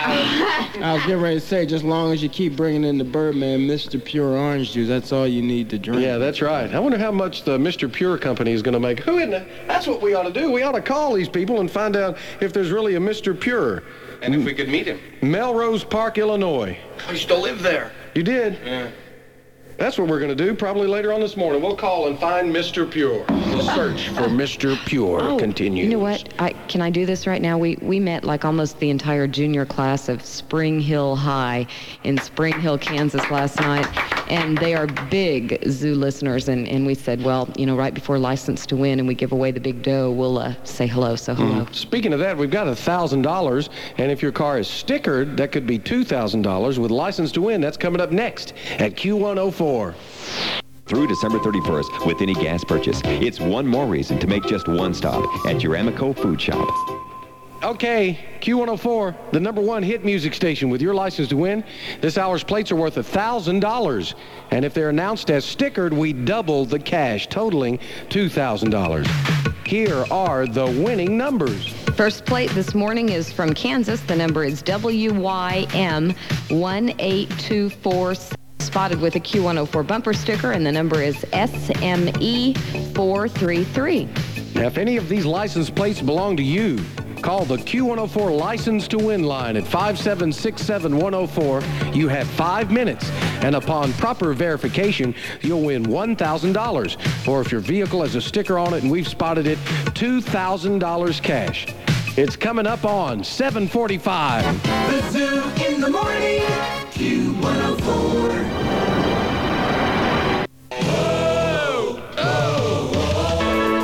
Speaker 15: I was getting ready to say, just long as you keep bringing in the Birdman, Mr. Pure Orange Juice, that's all you need to drink.
Speaker 2: Yeah, that's right. I wonder how much the Mr. Pure company is going to make. Who in the, That's what we ought to do. We ought to call these people and find out if there's really a Mr. Pure.
Speaker 5: And if we could meet him.
Speaker 2: Melrose Park, Illinois.
Speaker 11: I used to live there.
Speaker 2: You did?
Speaker 11: Yeah.
Speaker 2: That's what we're going to do probably later on this morning. We'll call and find Mr. Pure. The search for Mr. Pure
Speaker 3: Oh,
Speaker 2: continues.
Speaker 3: You know what? I, can I do this right now? We we met like almost the entire junior class of Spring Hill High in Spring Hill, Kansas last night, and they are big zoo listeners. And, and we said, well, you know, right before License to Win, and we give away the big dough, we'll uh, say hello. So hello.
Speaker 2: Speaking of that, we've got $1,000, and if your car is stickered, that could be $2,000 with license to win. That's coming up next at Q104.
Speaker 18: through December 31st with any gas purchase. It's one more reason to make just one stop at your Amico Food Shop.
Speaker 2: Okay, Q104, the number one hit music station with your license to win. This hour's plates are worth $1,000, and if they're announced as stickered, we double the cash, totaling $2,000. Here are the winning numbers.
Speaker 3: First plate this morning is from Kansas. The number is WYM 1824, spotted with a Q104 bumper sticker, and the number is E SME 433.
Speaker 2: Now, if any of these license plates belong to you, call the Q104 License to Win line at 5767104. You have five minutes, and upon proper verification, you'll win $1,000. Or if your vehicle has a sticker on it and we've spotted it, $2,000 cash. It's coming up on 745.
Speaker 16: The zoo in the morning. Q104.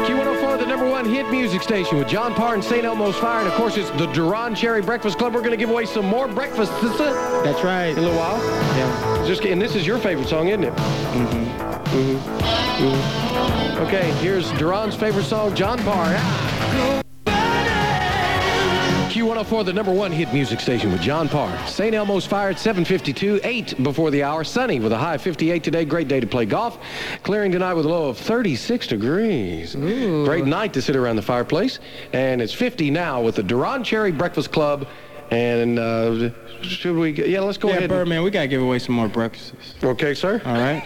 Speaker 2: Q104, the number one hit music station with John Parr and St. Elmo's Fire. And of course, it's the Duran Cherry Breakfast Club. We're going to give away some more breakfasts. That's
Speaker 15: right.
Speaker 2: In a little while. Yeah. Just and this is your favorite song, isn't it? Mm-hmm. Mm-hmm. hmm Okay, here's Duran's favorite song, John Parr. Q104, the number one hit music station with John Parr. St. Elmo's Fire at 752, 8 before the hour. Sunny with a high of 58 today. Great day to play golf. Clearing tonight with a low of 36 degrees. Great night to sit around the fireplace. And it's 50 now with the Duran Cherry Breakfast Club. And uh, should we? get- Yeah, let's go
Speaker 15: yeah,
Speaker 2: ahead. and-
Speaker 15: Birdman, we gotta give away some more breakfasts.
Speaker 2: Okay, sir.
Speaker 15: All right.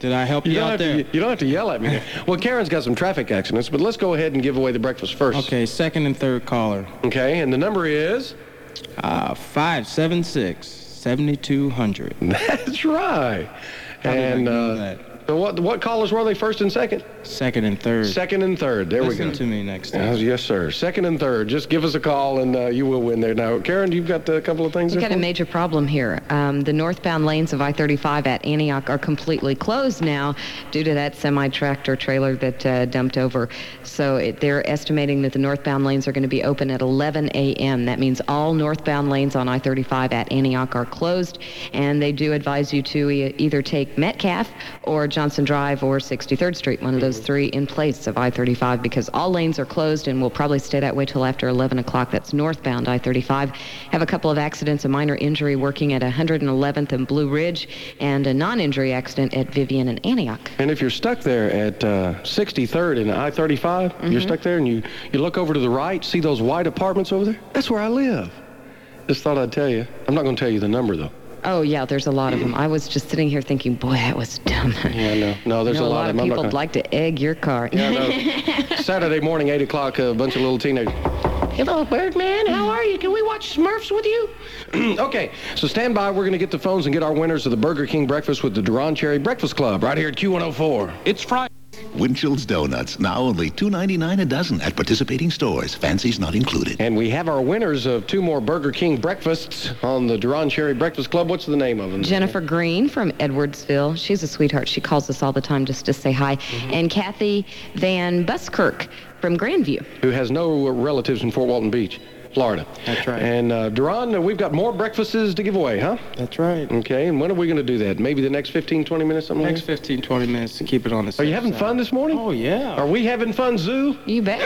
Speaker 15: Did I help you,
Speaker 2: don't
Speaker 15: Uh, out
Speaker 2: have
Speaker 15: there?
Speaker 2: To, you don't have to yell at me. there. well, Karen's got some traffic accidents, but let's go ahead and give away the breakfast first.
Speaker 15: Okay, second and third caller.
Speaker 2: Okay, and the number is?
Speaker 15: Uh, 576 7200.
Speaker 2: That's right. And uh, so what what callers were they? First and second?
Speaker 15: Second and third.
Speaker 2: Second and third. There we
Speaker 15: Listen
Speaker 2: go.
Speaker 15: to me next
Speaker 2: Uh,
Speaker 15: time.
Speaker 2: yes, sir. Second and third. Just give us a call, and uh, you will win there. Now, Karen, you've got a couple of things.
Speaker 3: We've
Speaker 2: there
Speaker 3: got a
Speaker 2: for us?
Speaker 3: major problem here. Um, the northbound lanes of I-35 at Antioch are completely closed now due to that semi-tractor trailer that uh, dumped over. So it, they're estimating that the northbound lanes are going to be open at 11 a.m. That means all northbound lanes on I-35 at Antioch are closed, and they do advise you to e- either take Metcalf or Johnson Drive or 63rd Street, one of those three in place of I-35, because all lanes are closed and will probably stay that way till after 11 o'clock. That's northbound I-35. Have a couple of accidents, a minor injury working at 111th and Blue Ridge, and a non-injury accident at Vivian and Antioch.
Speaker 2: And if you're stuck there at uh, 63rd and I-35, you're
Speaker 3: Mhm.
Speaker 2: stuck there, and you you look over to the right, see those white apartments over there? That's where I live. Just thought I'd tell you. I'm not going to tell you the number though.
Speaker 3: Oh yeah, there's a lot of them. I was just sitting here thinking, boy, that was dumb.
Speaker 2: Yeah, no, no. There's
Speaker 3: I know
Speaker 2: a lot, them. I'm
Speaker 3: of
Speaker 2: not
Speaker 3: people would
Speaker 2: gonna-
Speaker 3: like to egg your car.
Speaker 2: Yeah, I know. Saturday morning, 8 o'clock, a bunch of little teenagers. Hello, Birdman. How are you? Can we watch Smurfs with you? okay, so stand by. We're going to get the phones and get our winners of the Burger King breakfast with the Duran Cherry Breakfast Club right here at Q104.
Speaker 19: It's Friday. Winchell's Donuts, now only $2.99 a dozen at participating stores. Fancy's not included.
Speaker 2: And we have our winners of two more Burger King breakfasts on the Duran Cherry Breakfast Club. What's the name of them?
Speaker 3: Jennifer Green from Edwardsville. She's a sweetheart. She calls us all the time just to say hi. And Kathy Van Buskirk from Grandview.
Speaker 2: Who has no relatives in Fort Walton Beach, Florida. That's right. And uh, Duran, uh, we've got more breakfasts to give away, huh?
Speaker 15: That's right.
Speaker 2: Okay, and when are we going to do that? Maybe the next 15, 20 minutes, something like
Speaker 15: Mm-hmm. Next 15, 20 minutes to keep it on the
Speaker 2: Are you having fun this morning?
Speaker 15: Oh, yeah. Uh-huh.
Speaker 2: Are we having fun, Zoo?
Speaker 3: You bet.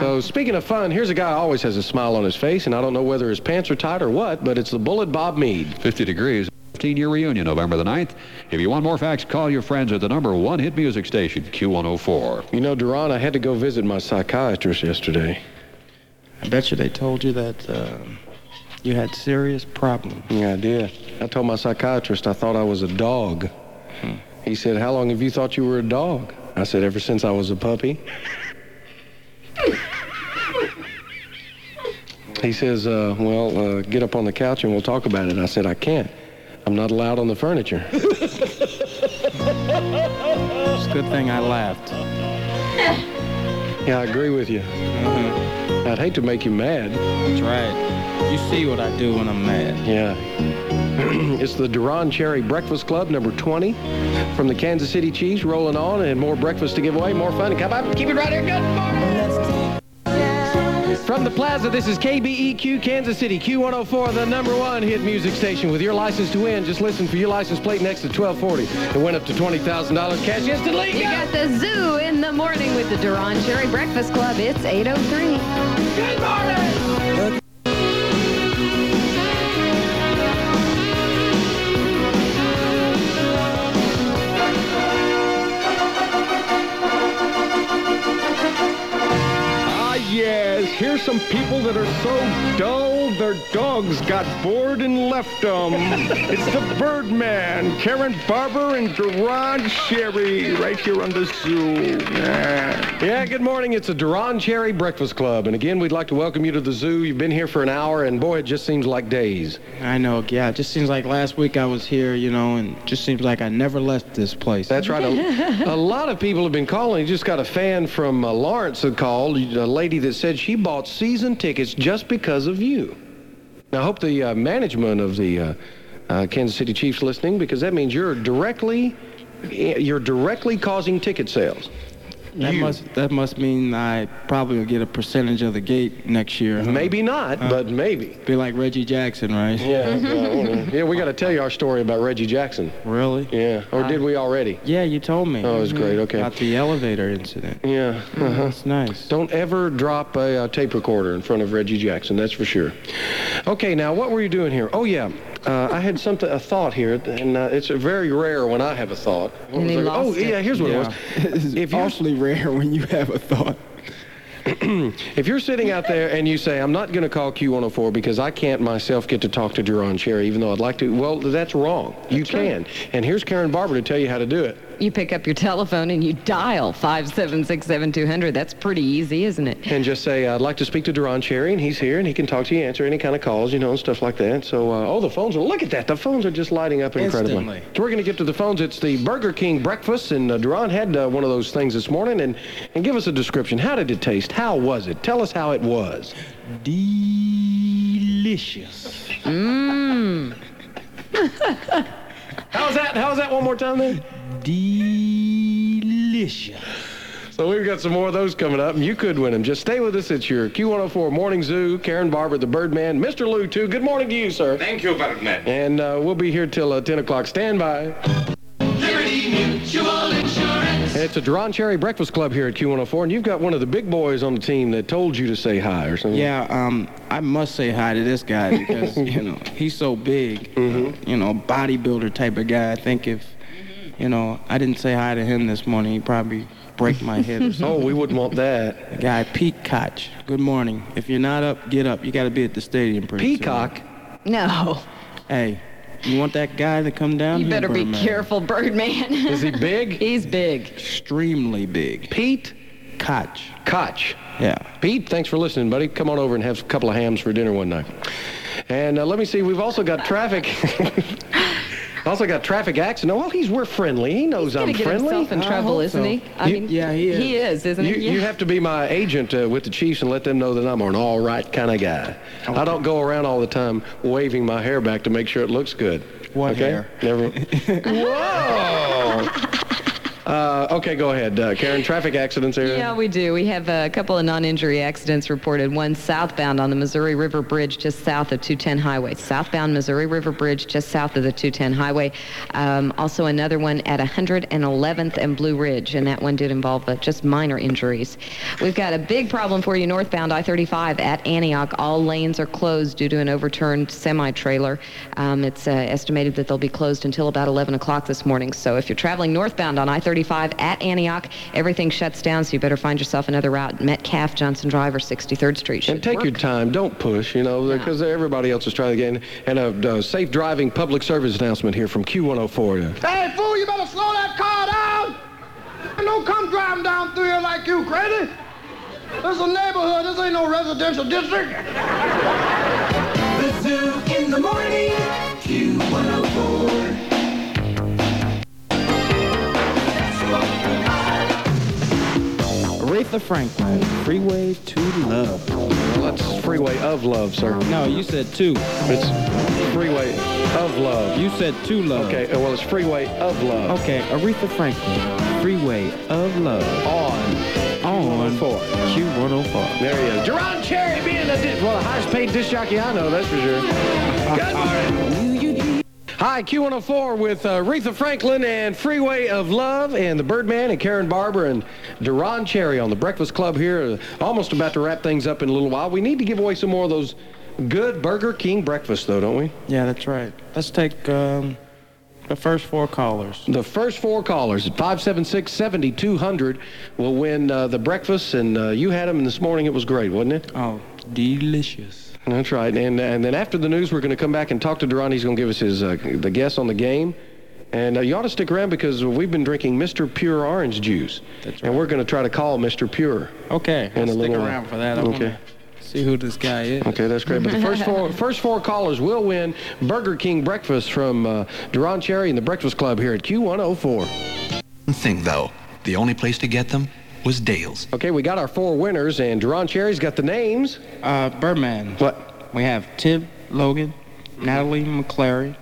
Speaker 2: So speaking of fun, here's a guy who always has a smile on his face, and I don't know whether his pants are tight or what, but it's the Bullet Bob Mead.
Speaker 8: 50 degrees. 15 year reunion, November the 9th. If you want more facts, call your friends at the number one hit music station, Q104.
Speaker 2: You know, Duran, I had to go visit my psychiatrist yesterday.
Speaker 15: I bet you they told you that um you had serious problems.
Speaker 2: Yeah, I did. I told my psychiatrist I thought I was a dog. He said, "How long have you thought you were a dog?" I said, "Ever since I was a puppy." He says, uh, "Well, uh, get up on the couch and we'll talk about it." I said, "I can't." I'm not allowed on the furniture.
Speaker 15: It's a good thing I laughed.
Speaker 2: Yeah, I agree with you. I'd hate to make you mad. That's
Speaker 15: right. You see what I do when I'm mad.
Speaker 2: Yeah. it's the Duran Cherry Breakfast Club, number 20, from the Kansas City Chiefs, rolling on, and more breakfast to give away, more fun to come up. Keep it right here. Good morning. From the plaza, this is KBEQ Kansas City, Q104, the number one hit music station. With your license to win, just listen for your license plate next to 1240. It went up to $20,000 cash instantly.
Speaker 3: You got the zoo in the morning with the Duran Cherry Breakfast Club. It's 8.03. Good morning!
Speaker 4: Ah, yes. Here's some people that are so dull, their dogs got bored and left them. it's the Birdman, Karen Barber, and Duran Sherry, right here on the zoo.
Speaker 2: Yeah, good morning. It's a Duran Cherry Breakfast Club. And again, we'd like to welcome you to the zoo. You've been here for an hour, and boy, it just seems like days.
Speaker 15: I know, yeah. It just seems like last week I was here, you know, and it just seems like I never left this place.
Speaker 2: That's right. A, a lot of people have been calling. Just got a fan from uh, Lawrence that called, a lady that said she bought season tickets just because of you. Now, I hope the uh, management of the uh, uh, Kansas City Chiefs listening, because that means you're directly eh, you're directly causing ticket sales.
Speaker 15: That must that must mean I probably will get a percentage of the gate next year. huh?
Speaker 2: Maybe not,
Speaker 15: Uh,
Speaker 2: but maybe.
Speaker 15: Be like Reggie Jackson, right?
Speaker 2: Yeah, yeah, yeah. We got to tell you our story about Reggie Jackson.
Speaker 15: Really?
Speaker 2: Yeah. Or did we already?
Speaker 15: Yeah, you told me. Mm-hmm.
Speaker 2: Oh, it was great. Okay.
Speaker 15: About the elevator incident.
Speaker 2: Yeah. Uh-huh.
Speaker 15: That's nice.
Speaker 2: Don't ever drop a, uh tape recorder in front of Reggie Jackson. That's for sure. Okay, now what were you doing here? Oh yeah, uh, I had something a thought here, and uh, it's very rare when I have a thought. What
Speaker 15: And
Speaker 2: was
Speaker 15: he
Speaker 2: I- oh
Speaker 15: lost it.
Speaker 2: yeah, here's what
Speaker 15: Yeah.
Speaker 2: it was. If you're
Speaker 15: awfully rare when you have a thought.
Speaker 2: if you're sitting out there and you say, I'm not going to call Q104 because I can't myself get to talk to Duran Cherry, even though I'd like to, well, that's wrong. you can. And here's Karen Barber to tell you how to do it.
Speaker 3: You pick up your telephone and you dial 576-7200. That's pretty easy, isn't it?
Speaker 2: And just say, I'd like to speak to Duran Cherry, and he's here, and he can talk to you, answer any kind of calls, you know, and stuff like that. So, uh, oh, the phones are, look at that. The phones are just lighting up incredibly.
Speaker 15: Instantly.
Speaker 2: So we're going to get to the phones. It's the Burger King breakfast, and uh, Duran had uh, one of those things this morning. And, and give us a description. How did it taste? How was it? Tell us how it was.
Speaker 15: Delicious.
Speaker 3: Mmm.
Speaker 2: How's that? How's that one more time then?
Speaker 15: Delicious.
Speaker 2: So we've got some more of those coming up, and you could win them. Just stay with us. It's your Q104 Morning Zoo. Karen Barber, the Birdman, Mr. Lou, too. Good morning to you, sir.
Speaker 5: Thank you, Birdman.
Speaker 2: And uh, we'll be here till uh, 10 o'clock. Stand by.
Speaker 16: Liberty Mutual Insurance.
Speaker 2: And it's a Duran Cherry Breakfast Club here at Q104, and you've got one of the big boys on the team that told you to say hi or something.
Speaker 15: Yeah, um, I must say hi to this guy because you know he's so big, you know, bodybuilder type of guy. I think if you know I didn't say hi to him this morning, he'd probably break my head. Or
Speaker 2: oh,
Speaker 15: something.
Speaker 2: we wouldn't want that.
Speaker 15: guy Peacock. Good morning. If you're not up, get up. You got to be at the stadium pretty soon.
Speaker 2: Peacock?
Speaker 3: No.
Speaker 15: Hey, you want that guy to come down?
Speaker 3: You
Speaker 15: here,
Speaker 3: better be
Speaker 15: Birdman?
Speaker 3: careful, Birdman.
Speaker 15: Is he
Speaker 2: big?
Speaker 3: He's big.
Speaker 15: Extremely big.
Speaker 2: Pete
Speaker 15: Koch.
Speaker 2: Koch.
Speaker 15: Yeah.
Speaker 2: Pete, thanks for listening, buddy. Come on over and have a couple of hams for dinner one night. And uh, let me see, we've also got traffic. also got traffic accident. Well, he's we're friendly. He knows I'm
Speaker 3: gonna get
Speaker 2: friendly.
Speaker 3: himself in I trouble, hope isn't so. he? I mean, Yeah, he is. he is, isn't he?
Speaker 2: you, You
Speaker 3: Yeah.
Speaker 2: have to be my agent uh, with the Chiefs and let them know that I'm an all right kind of guy. I don't go around all the time waving my hair back to make sure it looks good.
Speaker 15: What
Speaker 2: okay?
Speaker 15: hair?
Speaker 2: Never. Whoa. Uh, okay, go ahead, uh, Karen. Traffic accidents here.
Speaker 3: Yeah, we do. We have a couple of non-injury accidents reported. One southbound on the Missouri River Bridge, just south of 210 Highway. Southbound Missouri River Bridge, just south of the 210 Highway. Um, also, another one at 111th and Blue Ridge, and that one did involve uh, just minor injuries. We've got a big problem for you northbound I-35 at Antioch. All lanes are closed due to an overturned semi-trailer. Um, it's uh, estimated that they'll be closed until about 11 o'clock this morning. So if you're traveling northbound on I-35 at Antioch, everything shuts down. So you better find yourself another route. Metcalf, Johnson Drive, or 63rd Street. Should
Speaker 2: And take
Speaker 3: work.
Speaker 2: your time. Don't push, you know, because everybody else is trying to get in. And a, uh safe driving public service announcement here from Q104.
Speaker 4: Hey, fool, you better slow that car down. And don't come driving down through here like you crazy. This is a neighborhood. This ain't no residential district.
Speaker 16: The zoo in the morning. Q104.
Speaker 15: Aretha Franklin, Freeway to Love.
Speaker 2: Well, that's Freeway of Love, sir.
Speaker 15: No, you said two.
Speaker 2: It's Freeway of Love.
Speaker 15: You said two love.
Speaker 2: Okay, uh, well, it's Freeway of Love.
Speaker 15: Okay, Aretha Franklin, Freeway of Love.
Speaker 2: On.
Speaker 15: On.
Speaker 2: Four.
Speaker 15: Q104.
Speaker 2: There he is. Jerron Cherry being a, di- well, the highest paid disc jockey I know, that's for sure. Good morning. Hi, Q104 with uh, Aretha Franklin and Freeway of Love and the Birdman and Karen Barber and Duran Cherry on the Breakfast Club here. Uh, Almost about to wrap things up in a little while. We need to give away some more of those good Burger King breakfasts, though, don't we?
Speaker 15: Yeah, that's right. Let's take um, the first four callers.
Speaker 2: The first four callers at 576-7200 will win uh, the breakfast, and uh, you had them this morning. It was great, wasn't it?
Speaker 15: Oh, delicious.
Speaker 2: That's right. And and then after the news, we're going to come back and talk to Duran. He's going to give us his uh, the guess on the game. And uh, you ought to stick around because we've been drinking Mr. Pure orange juice,
Speaker 15: That's
Speaker 2: and we're going to try to call Mr. Pure.
Speaker 15: Okay,
Speaker 2: In
Speaker 15: I'll
Speaker 2: a
Speaker 15: stick
Speaker 2: little while.
Speaker 15: around for that. I
Speaker 2: Okay.
Speaker 15: wanna See who this guy is.
Speaker 2: Okay, that's great. But the first four first four callers will win Burger King breakfast from uh, Duran Cherry and the Breakfast Club here at Q104.
Speaker 17: One thing, though, the only place to get them was Dale's.
Speaker 2: Okay, we got our four winners, and Duran Cherry's got the names.
Speaker 15: Uh, Birdman.
Speaker 2: What?
Speaker 15: We have Tim Logan, Natalie McClary,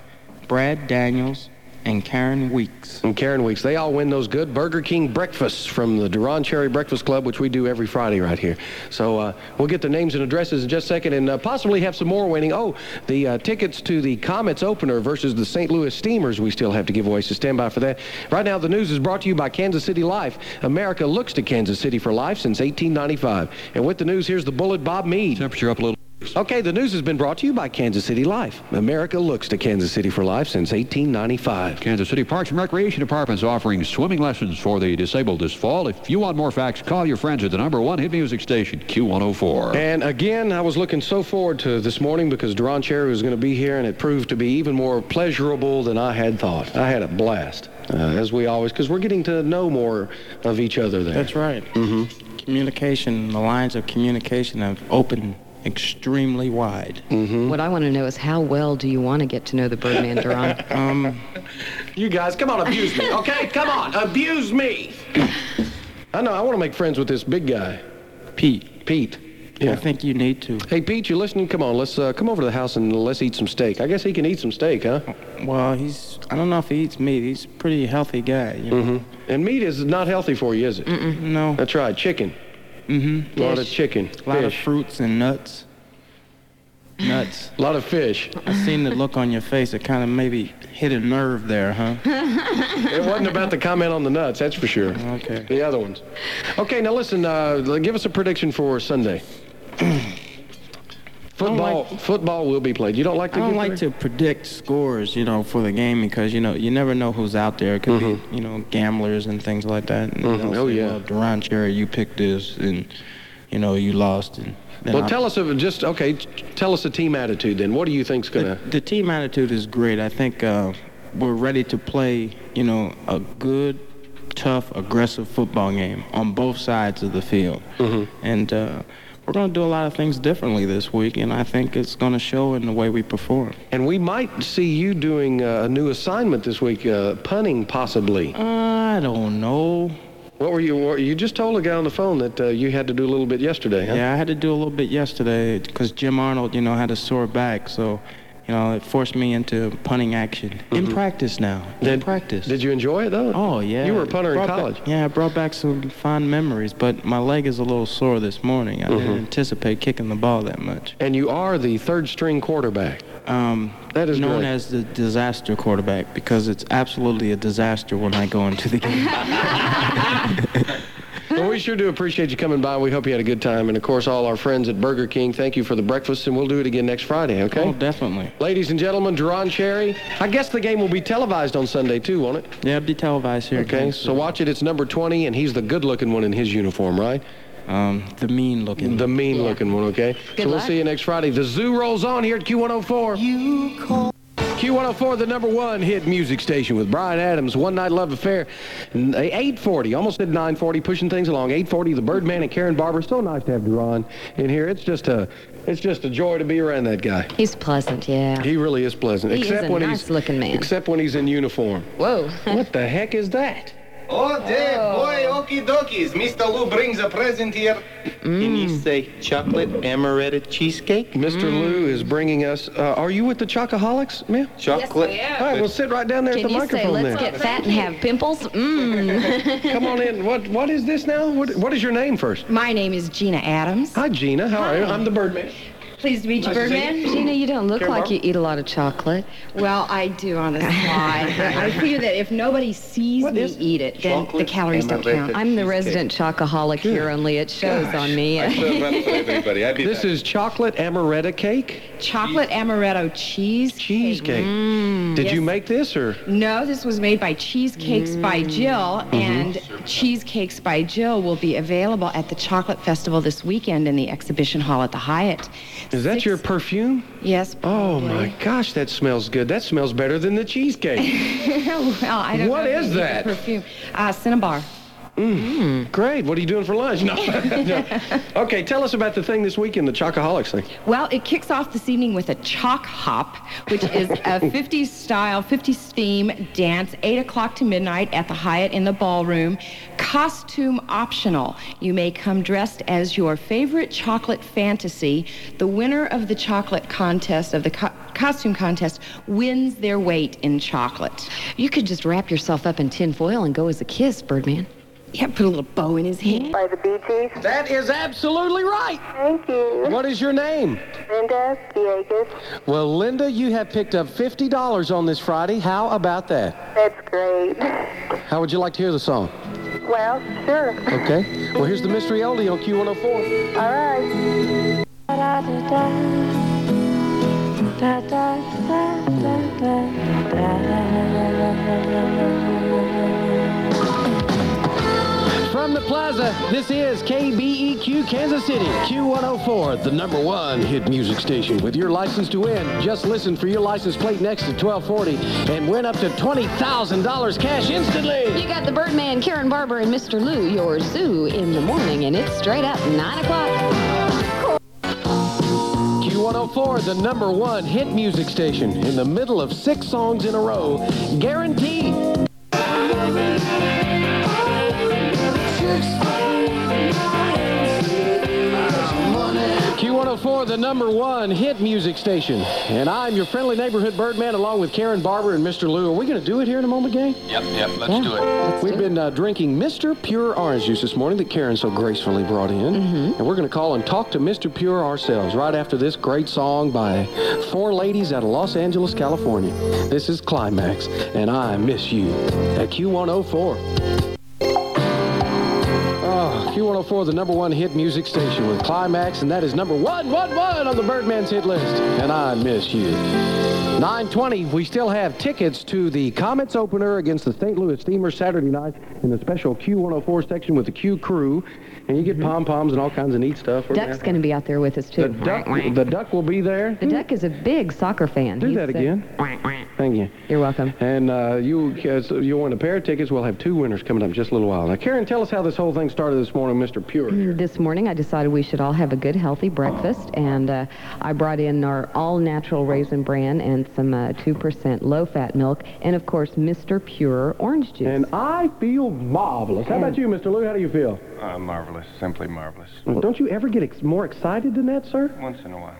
Speaker 15: Brad Daniels, and Karen Weeks.
Speaker 2: and Karen Weeks. They all win those good Burger King breakfasts from the Duran Cherry Breakfast Club, which we do every Friday right here. So uh, we'll get the names and addresses in just a second and uh, possibly have some more winning. Oh, the uh, tickets to the Comets opener versus the St. Louis Steamers we still have to give away, so stand by for that. Right now, the news is brought to you by Kansas City Life. America looks to Kansas City for life since 1895. And with the news, here's the bullet, Bob Mead.
Speaker 8: Temperature up a little.
Speaker 2: Okay, the news has been brought to you by Kansas City Life. America looks to Kansas City for life since 1895.
Speaker 8: Kansas City Parks and Recreation Department's offering swimming lessons for the disabled this fall. If you want more facts, call your friends at the number one hit music station, Q104.
Speaker 2: And again, I was looking so forward to this morning because Duran Cherry was going to be here, and it proved to be even more pleasurable than I had thought. I had a blast, uh, as we always, because we're getting to know more of each other there.
Speaker 15: That's right. Mm-hmm. Communication, the lines of communication have opened extremely wide.
Speaker 2: Mm-hmm.
Speaker 3: What I want to know is how well do you want to get to know the Birdman, Duran?
Speaker 15: Um,
Speaker 2: You guys, come on, abuse me, okay? Come on, abuse me. I know. I want to make friends with this big guy,
Speaker 15: Pete.
Speaker 2: Pete.
Speaker 15: I think you need to.
Speaker 2: Hey, Pete, you listening? Come on, let's uh, come over to the house and let's eat some steak. I guess he can eat some steak, huh?
Speaker 15: Well, he's, I don't know if he eats meat. He's a pretty healthy guy. You know?
Speaker 2: Mm-hmm. And meat is not healthy for you, is it?
Speaker 15: No.
Speaker 2: That's right, chicken.
Speaker 15: Mm-hmm.
Speaker 2: A lot of chicken.
Speaker 15: A lot of
Speaker 2: fish.
Speaker 15: fruits and nuts. Nuts.
Speaker 2: A lot of fish.
Speaker 15: I seen the look on your face. It kind of maybe hit a nerve there, huh?
Speaker 2: It wasn't about the comment on the nuts, that's for sure.
Speaker 15: Okay.
Speaker 2: The other ones. Okay, now listen, uh, l- give us a prediction for Sunday. football football will be played. You don't like to
Speaker 15: I don't
Speaker 2: give
Speaker 15: like
Speaker 2: predict-
Speaker 15: to predict scores, you know, for the game because you know you never know who's out there. It could be, you know, gamblers and things like that.
Speaker 2: Mhm.
Speaker 15: And they'll
Speaker 2: Mm-hmm. Oh,
Speaker 15: say,
Speaker 2: yeah.
Speaker 15: Well, Duran Cherry, you picked this, and you know you lost. And then
Speaker 2: Well,
Speaker 15: I-
Speaker 2: tell us of just okay. t- Tell us the team attitude then. What do you think's gonna?
Speaker 15: the team attitude is great. I think uh, we're ready to play, you know, a good, tough, aggressive football game on both sides of the field.
Speaker 2: Mm-hmm.
Speaker 15: And uh, we're going to do a lot of things differently this week, and I think it's going to show in the way we perform.
Speaker 2: And we might see you doing uh, a new assignment this week, uh, punning possibly.
Speaker 15: Uh, I don't know.
Speaker 2: What were you? What, you just told a guy on the phone that uh, you had to do a little bit yesterday, huh?
Speaker 15: Yeah, I had to do a little bit yesterday because Jim Arnold, you know, had a sore back, so. You know, it forced me into punting action in practice now. In practice.
Speaker 2: Mm-hmm. Did you enjoy it though?
Speaker 15: Oh yeah.
Speaker 2: You were a punter in
Speaker 15: Brought back-
Speaker 2: college.
Speaker 15: yeah, it brought back some fond memories, but my leg is a little sore this morning. I didn't
Speaker 2: Mm-hmm.
Speaker 15: anticipate kicking the ball that much.
Speaker 2: And you are the third string quarterback.
Speaker 15: Um,
Speaker 2: That is
Speaker 15: known
Speaker 2: great.
Speaker 15: as the disaster quarterback because it's absolutely a disaster when I go into the game.
Speaker 2: Well, we sure do appreciate you coming by. We hope you had a good time. And of course, all our friends at Burger King, thank you for the breakfast, and we'll do it again next Friday, okay?
Speaker 15: Oh, definitely.
Speaker 2: Ladies and gentlemen, Duran Cherry. I guess the game will be televised on Sunday too, won't it?
Speaker 15: Yeah, it'd be televised here.
Speaker 2: Okay, so watch it. It's number 20, and he's the good-looking one in his uniform, right?
Speaker 15: Um, the mean looking.
Speaker 2: The mean-looking one, okay?
Speaker 3: Mm-hmm. Good
Speaker 2: so we'll
Speaker 3: luck.
Speaker 2: see you next Friday. The zoo rolls on here at Q104. You call. Q104, the number one hit music station with Brian Adams, One Night Love Affair, N- 840, almost at 940, pushing things along. 840, the Birdman and Karen Barber. So nice to have Duran in here. It's just a, it's just a joy to be around that guy.
Speaker 3: He's pleasant, yeah.
Speaker 2: He really is pleasant,
Speaker 3: He is
Speaker 2: except
Speaker 3: a
Speaker 2: when he's
Speaker 3: nice-looking man.
Speaker 2: Except when he's in uniform.
Speaker 3: Whoa.
Speaker 2: What the heck is that?
Speaker 20: Oh, Dave, boy, okie dokies. Mr. Lou brings a present here. Can you say chocolate amaretto cheesecake?
Speaker 2: Mr. Lou is bringing us. Uh, are you with the Chocoholics, ma'am?
Speaker 20: Chocolate. Yes, we are.
Speaker 2: All right, well, sit right down there
Speaker 20: Can
Speaker 2: at the
Speaker 20: you say,
Speaker 2: microphone
Speaker 20: "Let's
Speaker 2: there.
Speaker 20: get
Speaker 3: Fat and have pimples? Mmm.
Speaker 2: Come on in. What What is this now? What What is your name first?
Speaker 21: My name is Gina Adams.
Speaker 2: Hi, Gina. How are you?
Speaker 21: Hi.
Speaker 2: I'm the Birdman.
Speaker 21: Pleased to meet you,
Speaker 2: Nice to see
Speaker 21: Birdman.
Speaker 2: you.
Speaker 21: Gina, you don't
Speaker 3: Look like you eat a lot of chocolate.
Speaker 21: Well, I do on the slide. but I figure that if nobody sees me eat it, then the calories don't count.
Speaker 3: I'm the resident chocoholic here, only it shows on me.
Speaker 20: everybody. I'd be
Speaker 2: this is chocolate amaretto cake.
Speaker 21: Chocolate amaretto cheese.
Speaker 2: Cheesecake.
Speaker 20: Mm,
Speaker 2: Did you make this or?
Speaker 21: No, this was made by Cheesecakes
Speaker 2: Mm.
Speaker 21: by Jill,
Speaker 2: Mm-hmm.
Speaker 21: and Cheesecakes by Jill will be available at the Chocolate Festival this weekend in the exhibition hall at the Hyatt.
Speaker 2: Is that your perfume?
Speaker 21: Yes.
Speaker 2: Oh my gosh, that smells good. That smells better than the cheesecake.
Speaker 21: well, I don't
Speaker 2: What
Speaker 21: know if
Speaker 2: is
Speaker 21: they do
Speaker 2: that?
Speaker 21: perfume? Uh, Cinnabar.
Speaker 2: Mm. Great. What are you doing for lunch? No. No. Okay, tell us about the thing this weekend, the Chocoholics thing.
Speaker 21: Well, it kicks off this evening with a chalk hop, which is a 50s style, 50s theme dance, 8 o'clock to midnight at the Hyatt in the ballroom. Costume optional. You may come dressed as your favorite chocolate fantasy. The winner of the chocolate contest, of the co- costume contest, wins their weight in chocolate.
Speaker 3: You could just wrap yourself up in tin foil and go as a kiss, Birdman.
Speaker 21: Yeah, put a little bow in his hand.
Speaker 6: By the Bee Gees.
Speaker 2: That is absolutely right.
Speaker 6: Thank you.
Speaker 2: What is your name?
Speaker 6: Linda Villegas.
Speaker 2: Well, Linda, you have picked up $50 on this Friday. How about that?
Speaker 6: That's great.
Speaker 2: How would you like to hear the song?
Speaker 6: Well, sure.
Speaker 2: Okay. Well, here's the mystery oldie on Q104.
Speaker 6: All right.
Speaker 2: From the plaza, this is KBEQ Kansas City, Q104, the number one hit music station. With your license to win, just listen for your license plate next to 1240 and win up to $20,000 cash instantly.
Speaker 3: You got the Birdman, Karen Barber, and Mr. Lou, your zoo in the morning, and it's straight up 9 o'clock.
Speaker 2: Q104, the number one hit music station, in the middle of six songs in a row, guaranteed. Q104, the number one hit music station. And I'm your friendly neighborhood Birdman along with Karen Barber and Mr. Lou. Are we going to do it here in a moment, gang?
Speaker 5: Yep, yep, let's
Speaker 2: Yeah.
Speaker 5: do it.
Speaker 2: We've been uh, drinking Mr. Pure orange juice this morning that Karen so gracefully brought in. And we're going to call and talk to Mr. Pure ourselves right after this great song by four ladies out of Los Angeles, California. This is Climax, and I miss you at Q104. Oh, Q104, the number one hit music station with Climax, and that is number 111 on the Birdman's hit list. And I miss you. 920, we still have tickets to the Comets opener against the St. Louis Steamer Saturday night in the special Q104 section with the Q crew. And you get pom-poms and all kinds of neat stuff. We're
Speaker 3: Mm-hmm. Duck's
Speaker 2: gonna
Speaker 3: going to be out there with us,
Speaker 2: have-
Speaker 3: too.
Speaker 2: the duck, the duck will be there.
Speaker 3: The duck is a big soccer fan.
Speaker 2: Do
Speaker 3: He's
Speaker 2: that
Speaker 3: the-
Speaker 2: again. Thank you.
Speaker 3: You're welcome.
Speaker 2: And uh, you, uh, so you'll win a pair of tickets. We'll have two winners coming up in just a little while. Now, Karen, tell us how this whole thing started this morning, Mr. Pure.
Speaker 3: This morning, I decided we should all have a good, healthy breakfast, and uh, I brought in our all-natural raisin bran and some uh, 2% low-fat milk, and of course, Mr. Pure orange juice.
Speaker 2: And I feel marvelous. How about you, Mr. Lou? How do you feel?
Speaker 5: Uh, marvelous, simply marvelous.
Speaker 2: Don't you ever get ex- more excited than that, sir?
Speaker 5: Once in a while.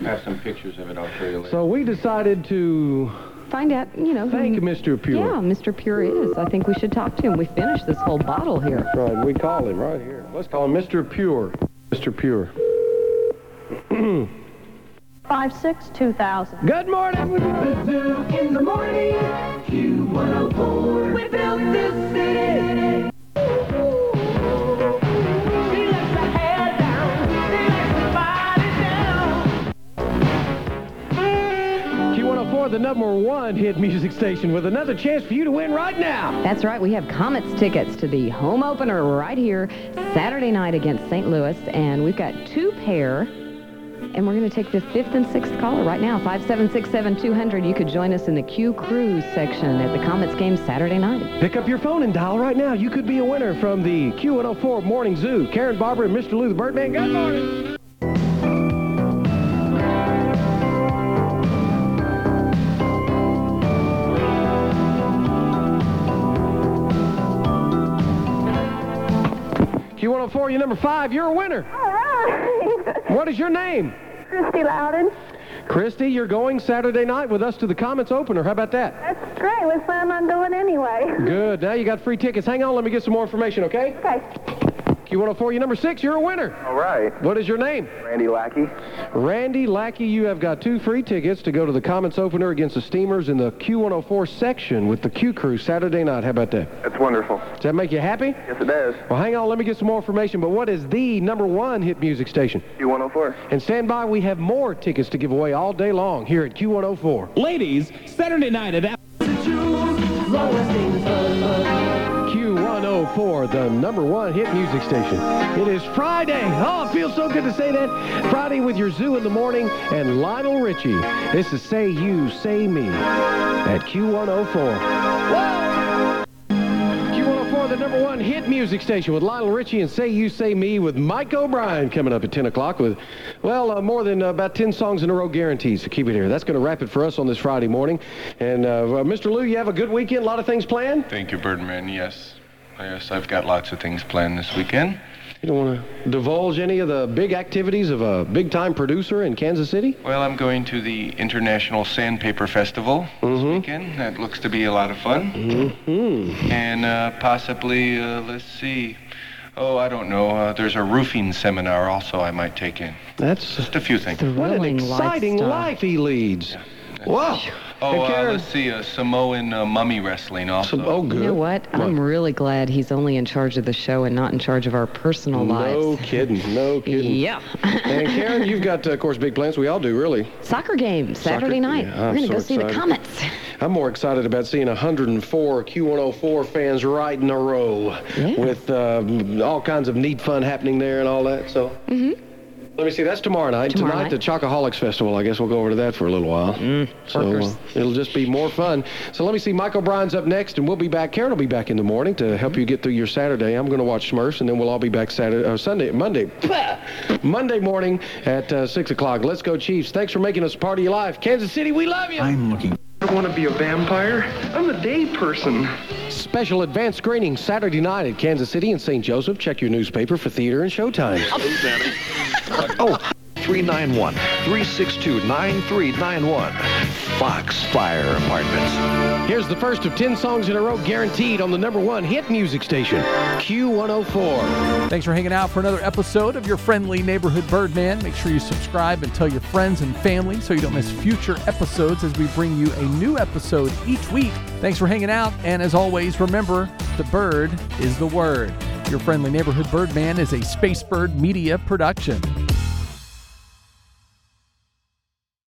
Speaker 5: I have some pictures of it. I'll show you later.
Speaker 2: So we decided to
Speaker 3: Find out, you know. who-
Speaker 2: thank Mr. Pure.
Speaker 3: Yeah, Mr. Pure is. I think we should talk to him. We finished this whole bottle here.
Speaker 2: Right, we call him right here. Let's call him Mr. Pure. Mr. Pure.
Speaker 22: Five six two thousand.
Speaker 2: Good morning. The zoo in the morning. Q104.
Speaker 16: We built this city. She lets her hair down. She lets her body down.
Speaker 2: Q104, the number one hit music station, with another chance for you to win right now.
Speaker 3: That's right, we have Comets tickets to the home opener right here Saturday night against St. Louis, and we've got two pair. And we're going to take the fifth and sixth caller right now, 5767200. You could join us in the Q Cruise section at the Comets game Saturday night.
Speaker 2: Pick up your phone and dial right now. You could be a winner from the Q104 Morning Zoo. Karen Barber and Mr. Lou the Birdman. Good morning. Q104, you're number five. You're a winner.
Speaker 6: All right.
Speaker 2: What is your name?
Speaker 6: Christy Loudon.
Speaker 2: Christy, you're going Saturday night with us to the Comets opener. How about that?
Speaker 6: That's great. What fun I'm doing anyway.
Speaker 2: Good. Now you got free tickets. Hang on. Let me get some more information, okay?
Speaker 6: Okay.
Speaker 2: Q104, you're number six. You're a winner.
Speaker 1: All right.
Speaker 2: What is your name?
Speaker 1: Randy Lackey.
Speaker 2: Randy Lackey, you have got two free tickets to go to the Comets opener against the Steamers in the Q104 section with the Q Crew Saturday night. How about that?
Speaker 1: That's wonderful.
Speaker 2: Does that make you happy?
Speaker 1: Yes, it does.
Speaker 2: Well, hang on. Let me get some more information. But what is the number one hit music station?
Speaker 1: Q104.
Speaker 2: And stand by. We have more tickets to give away all day long here at Q104.
Speaker 7: Ladies, Saturday night at Apple.
Speaker 2: Q104, the number one hit music station. It is Friday. Oh, it feels so good to say that. Friday with your zoo in the morning and Lionel Richie. This is Say You, Say Me at Q104. Whoa! Q104, the number one hit music station with Lionel Richie and Say You, Say Me with Mike O'Brien coming up at 10 o'clock with, well, uh, more than uh, about 10 songs in a row guaranteed. So keep it here. That's going to wrap it for us on this Friday morning. And uh, Mr. Lou, you have a good weekend, a lot of things planned?
Speaker 5: Thank you, Birdman. Yes. Yes, I've got lots of things planned this weekend.
Speaker 2: You don't want to divulge any of the big activities of a big time producer in Kansas City?
Speaker 5: Well, I'm going to the International Sandpaper Festival this
Speaker 2: Mhm.
Speaker 5: weekend. That looks to be a lot of fun.
Speaker 2: Mm-hmm.
Speaker 5: And uh, possibly, uh, let's see. Oh, I don't know. Uh, there's a roofing seminar also I might take in.
Speaker 2: That's
Speaker 5: Just a few things.
Speaker 2: what an
Speaker 3: Thrilling
Speaker 2: exciting
Speaker 3: lifestyle.
Speaker 2: life he leads. Wow.
Speaker 5: Oh,
Speaker 2: Hey,
Speaker 5: uh,
Speaker 2: Karen.
Speaker 5: let's see. Uh, Samoan uh, mummy wrestling also.
Speaker 2: oh, good.
Speaker 3: You know what? I'm really glad he's only in charge of the show and not in charge of our personal
Speaker 2: No
Speaker 3: lives.
Speaker 2: kidding. No kidding.
Speaker 3: Yeah.
Speaker 2: and Karen, you've got, uh, of course, big plans. We all do, really.
Speaker 3: Soccer game Saturday
Speaker 2: Soccer-
Speaker 3: night.
Speaker 2: yeah,
Speaker 3: We're
Speaker 2: I'm
Speaker 3: gonna
Speaker 2: so
Speaker 3: go see the
Speaker 2: excited.
Speaker 3: Comets.
Speaker 2: I'm more excited about seeing 104 Q104 fans right in a row with uh, all kinds of neat fun happening there and all that. So. Let me see. That's tomorrow night.
Speaker 3: Mm-hmm. Tomorrow
Speaker 2: Tonight,
Speaker 3: night. Mm.
Speaker 2: the Chocoholics Festival. I guess we'll go over to that for a little while. so uh,
Speaker 3: workers.
Speaker 2: it'll just be more fun. So let me see. Michael Bryan's up next, and we'll be back. Karen will be back in the morning to help you get through your Saturday. I'm going to watch Smurfs, and then we'll all be back Saturday, uh, Sunday, Monday, Monday morning at uh, six o'clock. Let's go Chiefs! Thanks for making us a part of your life, Kansas City. We love you.
Speaker 17: I'm looking.
Speaker 23: I want to be a vampire. I'm a day person.
Speaker 2: Special advance screening Saturday night at Kansas City and St. Joseph. Check your newspaper for theater and showtimes.
Speaker 17: Oh, 391 362 9391. Foxfire Apartments.
Speaker 2: Here's the first of 10 songs in a row guaranteed on the number one hit music station, Q104.
Speaker 24: Thanks for hanging out for another episode of your friendly neighborhood Birdman. Make sure you subscribe and tell your friends and family so you don't miss future episodes as we bring you a new episode each week. Thanks for hanging out, and as always, remember the bird is the word. Your friendly neighborhood Birdman is a Space Bird Media production.